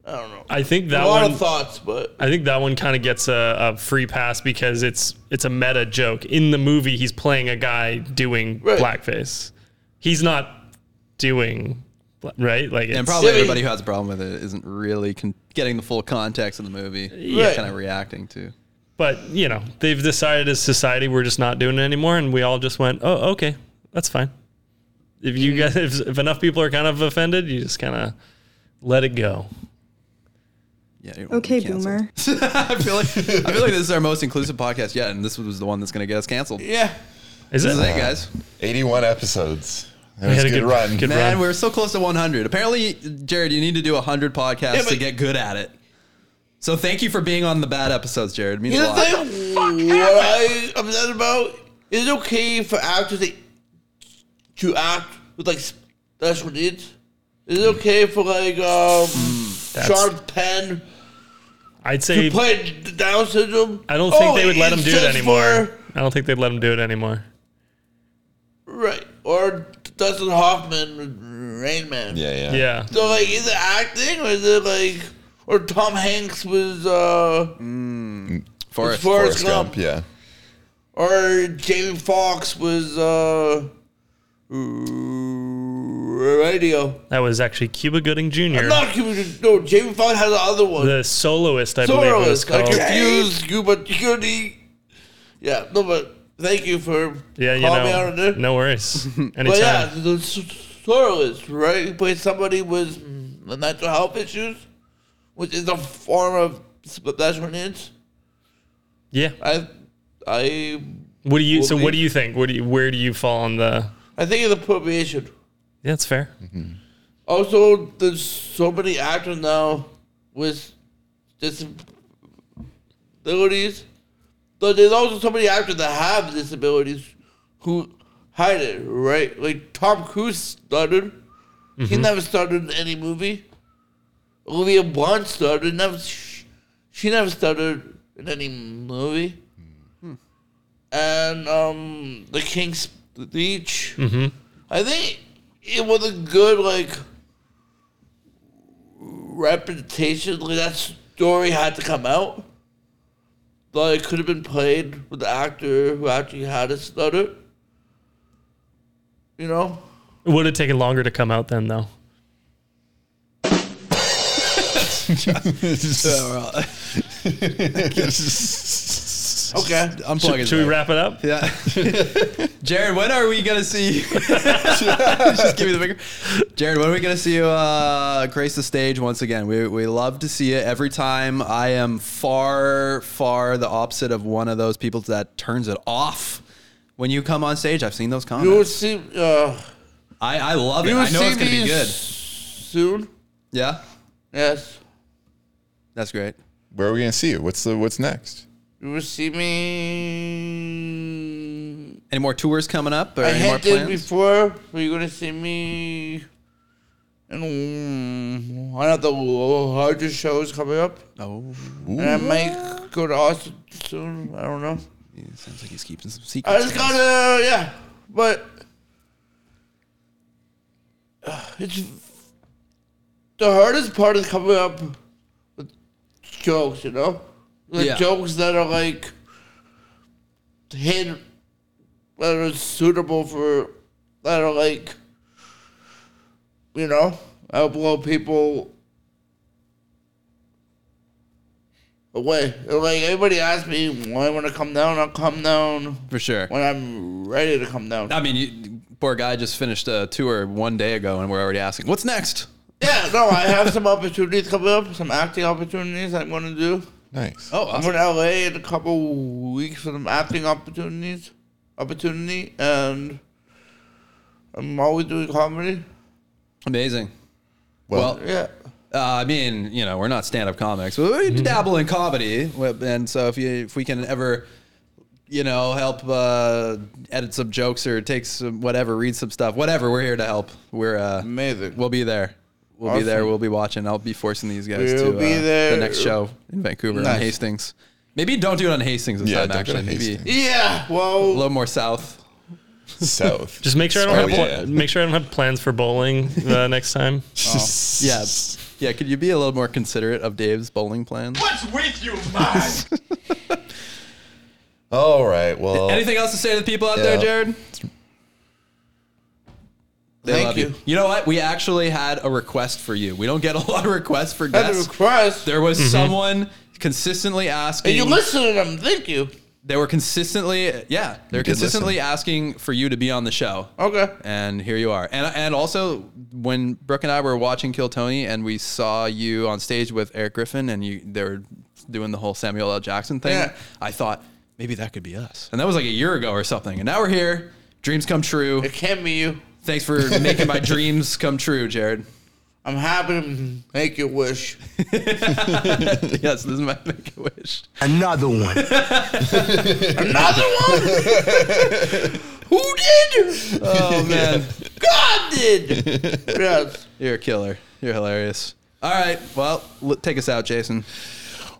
I don't know.
I think that
a lot
one.
of thoughts, but.
I think that one kind of gets a, a free pass because it's it's a meta joke. In the movie, he's playing a guy doing
Right.
blackface. He's not doing bla- right, like it's,
and probably
Silly.
everybody who has a problem with it isn't really con- getting the full context of the movie.
Right.
Kind of reacting to.
But you know, they've decided as society we're just not doing it anymore, and we all just went, "Oh, okay, that's fine." If
Mm.
you guys, if, if enough people are kind of offended, you just kind of let it go.
Yeah.
Okay, boomer.
*laughs* I feel like I feel like this is our most inclusive podcast yet, and this was the one that's going to get us canceled.
Yeah.
Is it?
This
it, guys?
81 episodes. That
We
was
had a
good,
good-
run.
Man, we were so close to 100. Apparently, Jared, you need to do 100 podcasts to get good at it. So thank you for being on the bad episodes, Jared. It means
You
a
know
lot.
the thing what I'm upset about? Is it okay for actors to, to act with like special needs? Is it okay for like um
that's-
Sean Penn
I'd say
to play Down syndrome?
I don't think
Oh,
they would let them
it's
do it
just
anymore. I don't think they'd let them do it anymore.
for- right. Or Dustin Hoffman Rain Man.
yeah. Yeah.
So like is it acting or is it like or Tom Hanks was uh
Forrest,
Forrest
Forrest Gump.
Gump.
Yeah.
or Jamie Foxx was uh radio.
That was actually Cuba Gooding Jr.
Not Cuba. No, Jamie Foxx has the other one.
the soloist, I believe it was
Soloist. I
called.
confused Cuba Gooding. Yeah, no, but thank you for
Yeah, you
calling me out
know,
on it.
no worries. Anytime.
But yeah, the soloist, right? You play somebody with mental health issues, which is a form of special needs.
Yeah.
I, I,
What do you? So
Well,
what
it-
do you think? What do you? Where do you fall on the?
I think it's appropriation.
Yeah, it's fair.
Also, there's so many actors now with disabilities. But there's also so many actors that have disabilities who hide it, right? Like Tom Cruise started. He
Mhm.
never started in any movie. Olivia Blunt started. Never, sh- she never started in any movie. And um, the King's Speech.
Mhm.
I think it was a good like reputation. Like that story had to come out. Like it could have been played with the actor who actually had a stutter. You know?
It would have taken longer to come out then, though.
okay.
Unplug
Should,
his
should we
mic.
wrap it up?
Yeah. Jared, when are we gonna see? you? *laughs* Just give me the finger. Jared, when are we gonna see you uh, grace the stage once again? We we love to see you every time. I am far far the opposite of one of those people that turns it off when you come on stage. I've seen those comments.
You will see. Uh,
I I love it.
you will
I know
see
it's gonna be
me
good.
Soon.
Yeah.
Yes.
That's great.
Where are we gonna see you? What's the what's next?
You will see me.
Any more tours coming up or
I
any more
had this
plans?
before, but you're gonna see me. And one of the larger shows coming up.
Oh.
And I might go to Austin soon. I don't know.
sounds like he's keeping some
I
secrets.
just gotta, yeah. But uh, it's the hardest part is coming up with jokes, you know, like
Yeah.
jokes that are like hit that are suitable for that are like you know I'll blow people away. Like everybody asks me when I want to come down, I'll come down
For sure.
when I'm ready to come down.
I mean, you, poor guy just finished a tour one day ago, and we're already asking, "What's next?"
Yeah, no, I have some opportunities coming up, some acting opportunities I'm going to do.
Nice.
Oh,
I'm going to LA in a couple weeks for some acting opportunities, opportunity, and I'm always doing comedy.
Amazing.
Well-
Well,
yeah.
Uh, I mean, you know, we're not stand-up comics. We
Mm-hmm.
dabble in comedy, and so if you if we can ever, you know, help uh, edit some jokes or take some whatever, read some stuff, whatever, we're here to help. We're uh,
amazing.
We'll be there. We'll be there.
Awesome.
We'll be watching. I'll be forcing these guys
We'll
to
be
uh,
there.
the next show in Vancouver on
Nice.
Hastings. Maybe don't do it on Hastings this
Yeah,
time.
don't go to
Actually, maybe
Yeah,
a
well,
little more south.
South.
Just make sure I don't
Oh,
have pla-
yeah.
make sure I don't have plans for bowling uh, next time.
Yeah, yeah. Could you be a little more considerate of Dave's bowling plans?
What's with you, Mars?
All right. Well.
Anything else to say to the people out there,
Yeah.
Jared? They
Thank
love
you.
you. You know what? We actually had a request for you. We don't get a lot of requests for
Had a
guests.
request?
There was
Mhm.
someone consistently asking.
And you listen to them. Thank you.
They were consistently, yeah, they're
You did
consistently asking for you to be on the show.
Okay.
And here you are. And and also when Brooke and I were watching Kill Tony and we saw you on stage with Eric Griffin and you they were doing the whole Samuel L. Jackson thing,
Yeah.
I thought maybe that could be us. And that was like a year ago or something. And now we're here. Dreams come true. It
can be you.
Thanks for making my *laughs* dreams come true, Jared.
I'm happy to make your wish.
yes, this is my *laughs* make a wish.
Another one.
Another one? Who did?
*laughs* Oh man.
God did. Yes.
You're a killer. You're hilarious. All right. Well, l- take us out, Jason.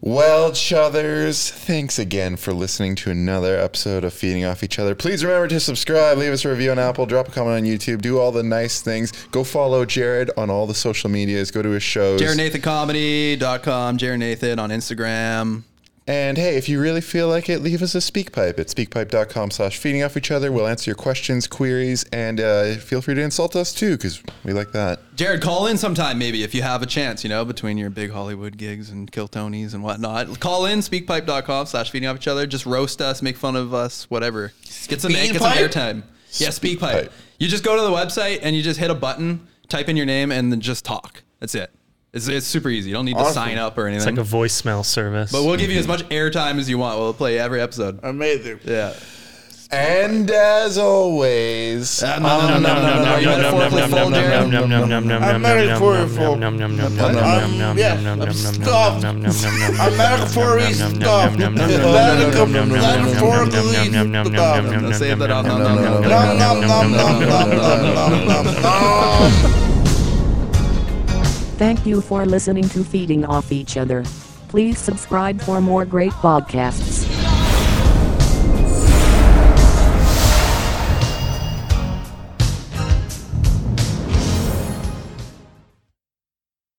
Well, chuthers, thanks again for listening to another episode of Feeding Off Each Other. Please remember to subscribe, leave us a review on Apple, drop a comment on YouTube, do all the nice things. Go follow Jared on all the social medias, go to his shows.
JaredNathanComedy.com, Jared Nathan on Instagram.
And hey, if you really feel like it, leave us a speak pipe at speakpipe.com slash feeding off each other. We'll answer your questions, queries, and uh, feel free to insult us too, because we like that.
Jared, call in sometime maybe if you have a chance, you know, between your big Hollywood gigs and kill Tonys and whatnot. Call in, speakpipe.com slash feeding off each other. Just roast us, make fun of us, whatever. Get some,
Speak
get some
pipe?
airtime. Yeah,
Speak
speakpipe. You just go to the website and you just hit a button, type in your name, and then just talk. That's it. It's, it's super easy. You don't need to
Awesome.
sign up or
It's
anything.
like a voicemail service.
but we'll give you as much airtime as you want. We'll play every episode.
Amazing.
Yeah.
And as always,
Uh, no, no, no, no, no, no, you metaphorically fold, Jared?
I'm metaphorically full. I'm metaphorically stuffed. Metaphorically stuffed.
Save that off. Nom, nom, nom, nom,
Nom, nom, nom, nom, nom, nom, nom, nom, nom.
Thank you for listening to Feeding Off Each Other. Please subscribe for more great podcasts.